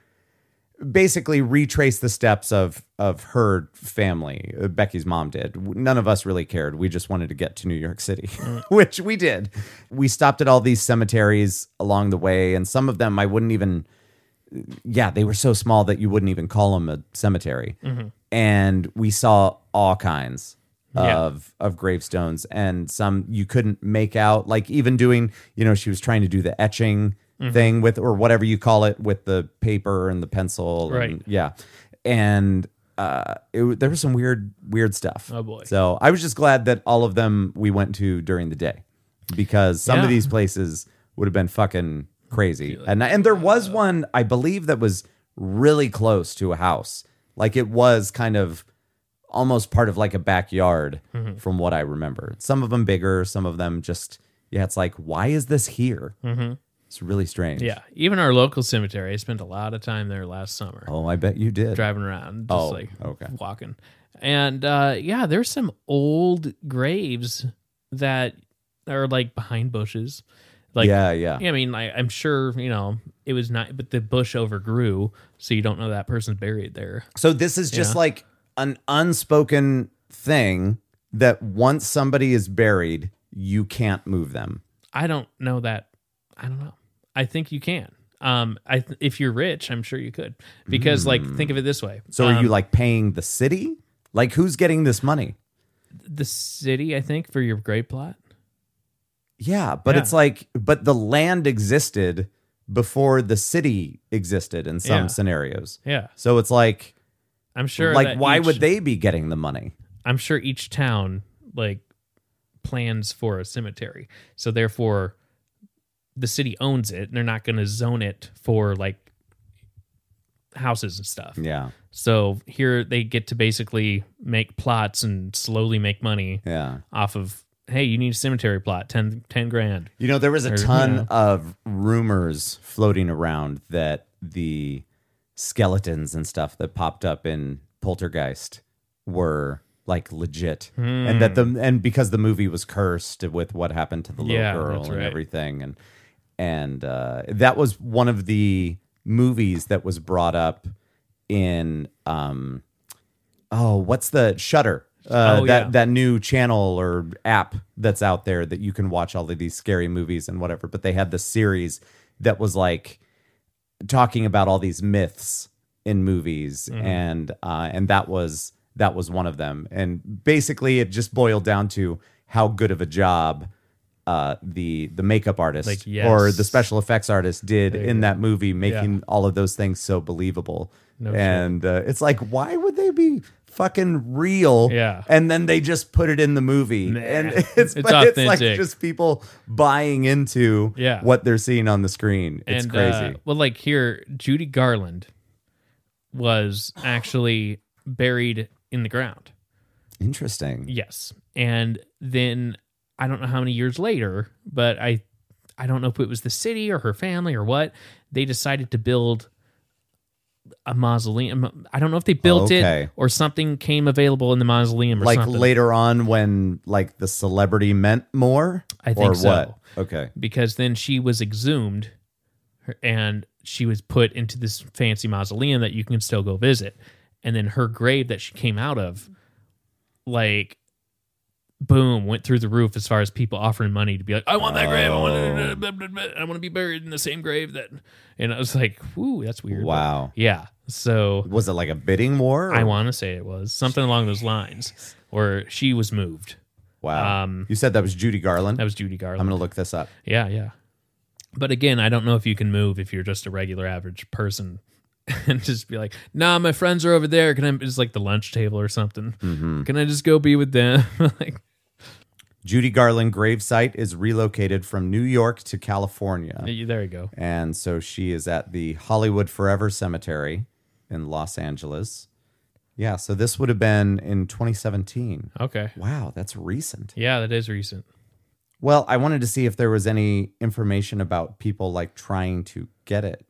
A: basically retrace the steps of of her family. Uh, Becky's mom did. W- None of us really cared. We just wanted to get to New York City, (laughs) which we did. We stopped at all these cemeteries along the way, and some of them I wouldn't even. Yeah, they were so small that you wouldn't even call them a cemetery.
B: Mm-hmm.
A: And we saw all kinds
B: Yeah.
A: of of gravestones, and some you couldn't make out. Like even doing, you know, she was trying to do the etching
B: Mm-hmm.
A: thing with or whatever you call it with the paper and the pencil
B: Right.
A: and- yeah. And uh, it, w- there was some weird, weird stuff.
B: Oh, boy.
A: So I was just glad that all of them we went to during the day because some
B: Yeah.
A: of these places would have been fucking crazy. And and there was
B: uh,
A: one I believe that was really close to a house. Like it was kind of almost part of like a backyard
B: Mm-hmm.
A: from what I remember. Some of them bigger, some of them just yeah, it's like why is this here? It's really strange.
B: Mm-hmm. Yeah. Even our local cemetery, I spent a lot of time there last summer
A: Oh, I bet you did.
B: driving around, just
A: Oh,
B: like
A: okay.
B: walking. And uh, yeah, there's some old graves that are like behind bushes. Like,
A: yeah, yeah.
B: I mean, I, I'm sure, you know, it was not, but the bush overgrew. So you don't know that person's buried there.
A: So this is just
B: Yeah.
A: like an unspoken thing that once somebody is buried, you can't move them.
B: I don't know that. I don't know. I think you can. Um, I th- if you're rich, I'm sure you could because, like, think of it this way. Um,
A: So are you like paying the city? Like who's getting this money?
B: the city, I think, for your grave plot.
A: Yeah, but
B: Yeah.
A: it's like but the land existed before the city existed in some
B: Yeah.
A: scenarios.
B: Yeah,
A: So it's like
B: I'm sure.
A: like
B: that
A: why
B: each-
A: would they be getting the money?
B: I'm sure each town like plans for a cemetery, so therefore the city owns it. and They're not going to zone it for like houses and stuff.
A: Yeah.
B: So here they get to basically make plots and slowly make money
A: Yeah.
B: off of hey, you need a cemetery plot, 10, 10 grand.
A: You know, there was a
B: Or,
A: ton
B: you know.
A: of rumors floating around that the skeletons and stuff that popped up in Poltergeist were like legit, and that the and because the movie was cursed with what happened to the little
B: Hmm. Yeah,
A: girl
B: that's
A: and
B: right.
A: everything, and and uh, that was one of the movies that was brought up in um oh what's the Shutter. Uh,
B: Oh,
A: that
B: yeah.
A: that new channel or app that's out there that you can watch all of these scary movies and whatever. But they had this series that was like talking about all these myths in movies,
B: Mm-hmm.
A: and uh, and that was that was one of them. And basically, it just boiled down to how good of a job uh, the the makeup artist
B: Like, yes.
A: or the special effects artist did
B: There you
A: in
B: go.
A: that movie, making all of those things so believable.
B: No
A: and uh, it's like, why would they be fucking real?
B: Yeah.
A: and then they just put it in the movie,
B: (laughs)
A: and it's
B: It's
A: but it's like
B: authentic.
A: just people buying into
B: Yeah.
A: what they're seeing on the screen. It's
B: and, uh,
A: crazy.
B: well, like here, Judy Garland was actually buried in the ground.
A: Interesting.
B: Yes. And then I don't know how many years later, but I I don't know if it was the city or her family or what, they decided to build a mausoleum. I don't know if they built
A: Okay.
B: it or something came available in the mausoleum or
A: Like
B: something.
A: later on when like the celebrity meant more?
B: I think
A: or
B: so.
A: what? Okay.
B: because then she was exhumed her- and she was put into this fancy mausoleum that you can still go visit and then her grave that she came out of like boom went through the roof as far as people offering money to be like i want that grave i want to, i want to be buried in the same grave that and i was like whoo that's weird
A: Wow.
B: yeah So
A: Was it like a bidding war? or-
B: I want to say it was something along those lines, where she was moved.
A: Wow.
B: um,
A: you said that was Judy Garland.
B: That was Judy Garland.
A: I'm going to look this up.
B: Yeah, yeah. But again, I don't know if you can move if you're just a regular average person (laughs) and just be like, nah, my friends are over there. Can I it's like the lunch table or something?
A: Mm-hmm.
B: Can I just go be with them? (laughs) like,
A: Judy Garland gravesite is relocated from New York to California.
B: y- there you go.
A: And so she is at the Hollywood Forever Cemetery in Los Angeles. Yeah, so this would have been in 2017.
B: Okay.
A: Wow, that's recent.
B: Yeah, that is recent. (laughs)
A: Well, I wanted to see if there was any information about people like trying to get it.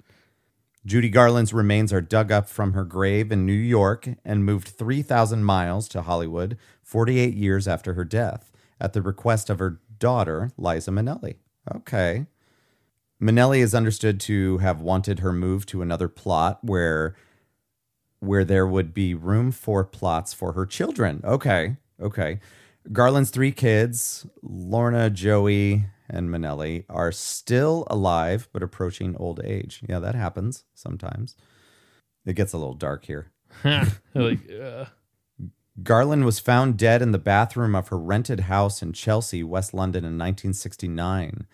A: Judy Garland's remains are dug up from her grave in New York and moved 3,000 miles to Hollywood 48 years after her death at the request of her daughter, Liza Minnelli. Okay. Minnelli is understood to have wanted her moved to another plot where where there would be room for plots for her children. Okay. Okay. Garland's three kids, Lorna, Joey, and Manelli, are still alive but approaching old age. Yeah, that happens sometimes. It gets a little dark here.
B: like, uh,
A: Garland was found dead in the bathroom of her rented house in Chelsea, West London, in 1969.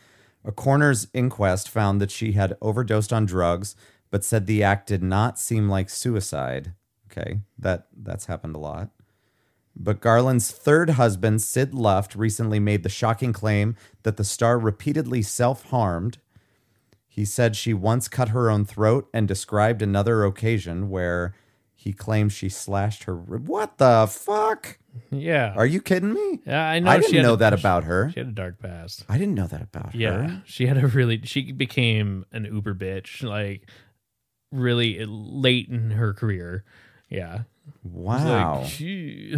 A: A coroner's inquest found that she had overdosed on drugs, but said the act did not seem like suicide. Okay, that that's happened a lot. But Garland's third husband, Sid Luft, recently made the shocking claim that the star repeatedly self-harmed. He said she once cut her own throat and described another occasion where he claims she slashed her. What the fuck?
B: yeah.
A: Are you kidding me?
B: Yeah, I know
A: I
B: she
A: didn't
B: had
A: know
B: a-
A: that about her.
B: she had a dark past.
A: I didn't know that about
B: Yeah.
A: her.
B: She had a really, she became an uber bitch, like really late in her career. Yeah. It's like,
A: Wow.
B: (laughs) gee.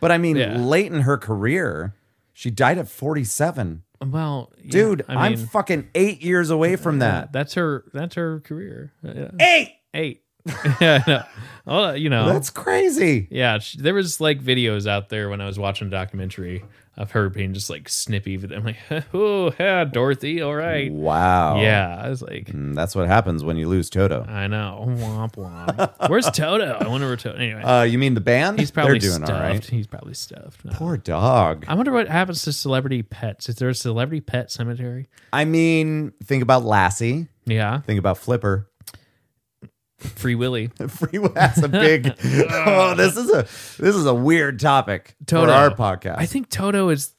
A: but I mean,
B: Yeah.
A: late in her career, she died at 47.
B: Well, yeah,
A: Dude,
B: I
A: I'm
B: mean, uh,
A: fucking eight years away from that.
B: that's her. That's her career. Uh, Yeah.
A: Eight!
B: Eight. (laughs) yeah, no. Well, uh, you know.
A: That's crazy.
B: yeah, she, there was like videos out there when I was watching a documentary of her being just like snippy. But I'm like, (laughs) oh, yeah, Dorothy, all right.
A: Wow.
B: Yeah, Uh, I was like,
A: Mm, That's what happens when you lose Toto.
B: I know. Womp
A: (laughs)
B: womp. Where's Toto? I wonder where Toto. Anyway,
A: Uh, you mean the band?
B: he's probably
A: They're doing
B: stuffed. Uh,
A: all right.
B: He's probably stuffed. No.
A: Poor dog.
B: I wonder what happens to celebrity pets. Is there a celebrity pet cemetery?
A: I mean, think about Lassie.
B: Yeah,
A: Think about Flipper. (laughs)
B: Free Willy.
A: Free will has a
B: (laughs)
A: big. (laughs) oh, this is a this is a weird topic
B: Toto.
A: for our podcast.
B: I think Toto is.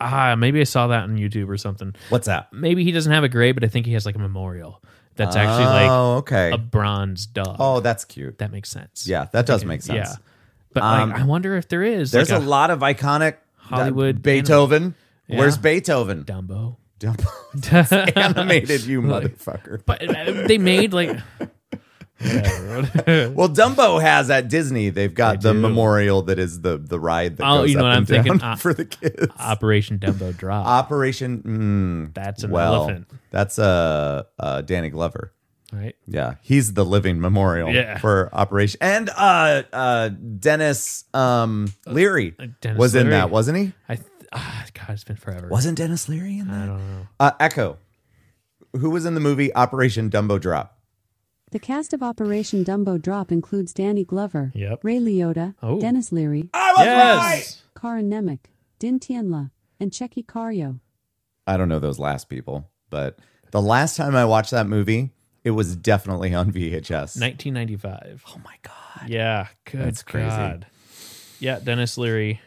B: Ah, maybe I saw that on YouTube or something.
A: What's that?
B: Maybe he doesn't have a grave, but I think he has like a memorial that's actually like
A: oh, okay.
B: a bronze dog.
A: oh, that's cute.
B: that makes sense.
A: Yeah, that does make sense.
B: Yeah, but
A: Um,
B: like, I wonder if there is.
A: There's
B: like
A: a, lot of iconic
B: Hollywood
A: that- Beethoven.
B: Yeah.
A: Where's Beethoven?
B: Dumbo. (laughs)
A: Dump. animated, you
B: Like-
A: motherfucker.
B: But uh, they
A: (laughs)
B: made like. (laughs) Whatever.
A: Well, Dumbo has at Disney. They've got
B: They
A: the
B: do.
A: memorial that is the the ride that
B: Oh,
A: goes
B: you know
A: up
B: what
A: and
B: I'm
A: (laughs)
B: thinking?
A: down
B: Uh,
A: for the kids.
B: Operation Dumbo Drop.
A: Operation. Mm,
B: That's an
A: Ah, well,
B: elephant,
A: that's uh, uh, Danny Glover.
B: right?
A: Yeah, he's the living memorial
B: Yeah.
A: for Operation. And uh, uh, Dennis um, Leary
B: uh, Dennis
A: was in
B: Leary.
A: that, wasn't he?
B: I th- ah, God, it's been forever.
A: Wasn't Dennis Leary in
B: I
A: that?
B: don't know.
A: Uh, Echo, who was in the movie Operation Dumbo Drop?
F: The cast of Operation Dumbo Drop includes Danny Glover,
B: Yep.
F: Ray Liotta,
B: Oh.
F: Dennis Leary,
B: Yes.
F: Karin Nemec, Din Tianla, and Checky Cario.
A: I don't know those last people, but the last time I watched that movie, it was definitely on VHS.
B: 1995.
A: Oh my god!
B: Yeah, good
A: That's crazy.
B: God. Yeah, Dennis Leary.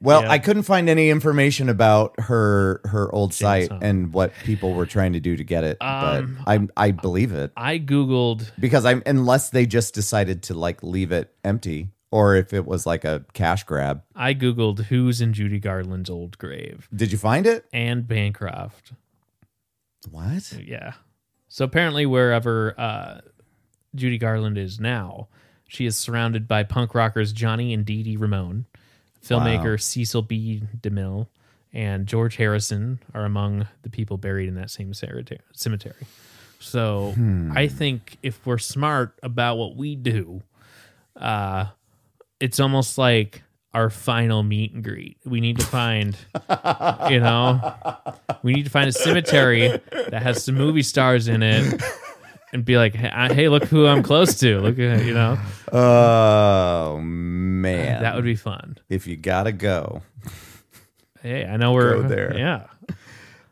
A: Well,
B: Yeah.
A: I couldn't find any information about her her old site
B: Hunt.
A: and what people were trying to do to get it,
B: Um,
A: but I I believe it.
B: I googled.
A: because I'm unless they just decided to like leave it empty or if it was like a cash grab.
B: I googled who's in Judy Garland's old grave.
A: Did you find it?
B: Anne Bancroft.
A: What?
B: Yeah. So apparently, wherever uh, Judy Garland is now, she is surrounded by punk rockers Johnny and Dee Dee Ramone, filmmaker Cecil B. DeMille, and George Harrison are among the people buried in that same cereta- cemetery. So I think if we're smart about what we do, uh, it's almost like our final meet and greet. We need to find, you know, we need to find a cemetery that has some movie stars in it and be like, hey, I- hey, look who I'm close to. Look, at you know,
A: Oh man,
B: that would be fun.
A: if you gotta go.
B: Hey, I know we're
A: Go there.
B: Yeah,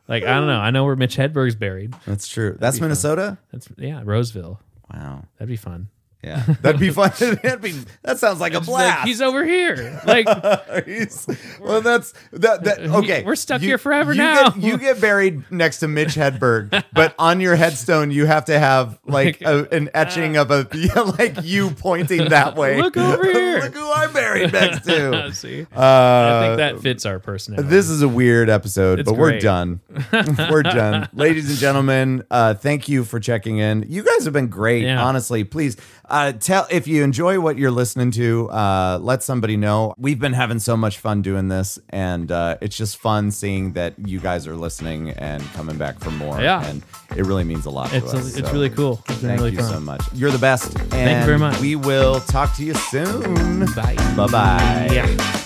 B: like I don't know. I know where Mitch Hedberg's buried.
A: That's true. That's Minnesota.
B: That's yeah, Roseville.
A: Wow.
B: That'd be fun.
A: Yeah, that'd be fun. (laughs) that'd be, that sounds like a
B: Just like,
A: blast. (laughs)
B: he's over here. Like (laughs)
A: He's- well, that's that. that okay,
B: We're stuck here forever
A: you
B: now.
A: Get, you get buried next to Mitch Hedberg, but on your headstone you have to have like, a, an etching of a (laughs) yeah, like you pointing that way.
B: uh, (laughs) Look over
A: (laughs)
B: here.
A: Look who I'm buried next
B: (laughs)
A: to.
B: see, I
A: Uh,
B: think that fits our personality.
A: this is a weird episode,
B: It's
A: but we're
B: great. (laughs)
A: done. we're done. Ladies and gentlemen, uh, thank you for checking in. You guys have been great,
B: Yeah.
A: honestly. Please uh, tell if you enjoy what you're listening to, uh, let somebody know. We've been having so much fun doing this, and uh, it's just fun seeing that you guys are listening and coming back for more.
B: Yeah.
A: And it really means a lot
B: it's
A: to us.
B: it's
A: so
B: really cool. It's been
A: Thank
B: really
A: you
B: fun.
A: so much. You're the best. And
B: you very much.
A: We will talk to you soon.
B: Bye.
A: Bye bye.
B: Yeah.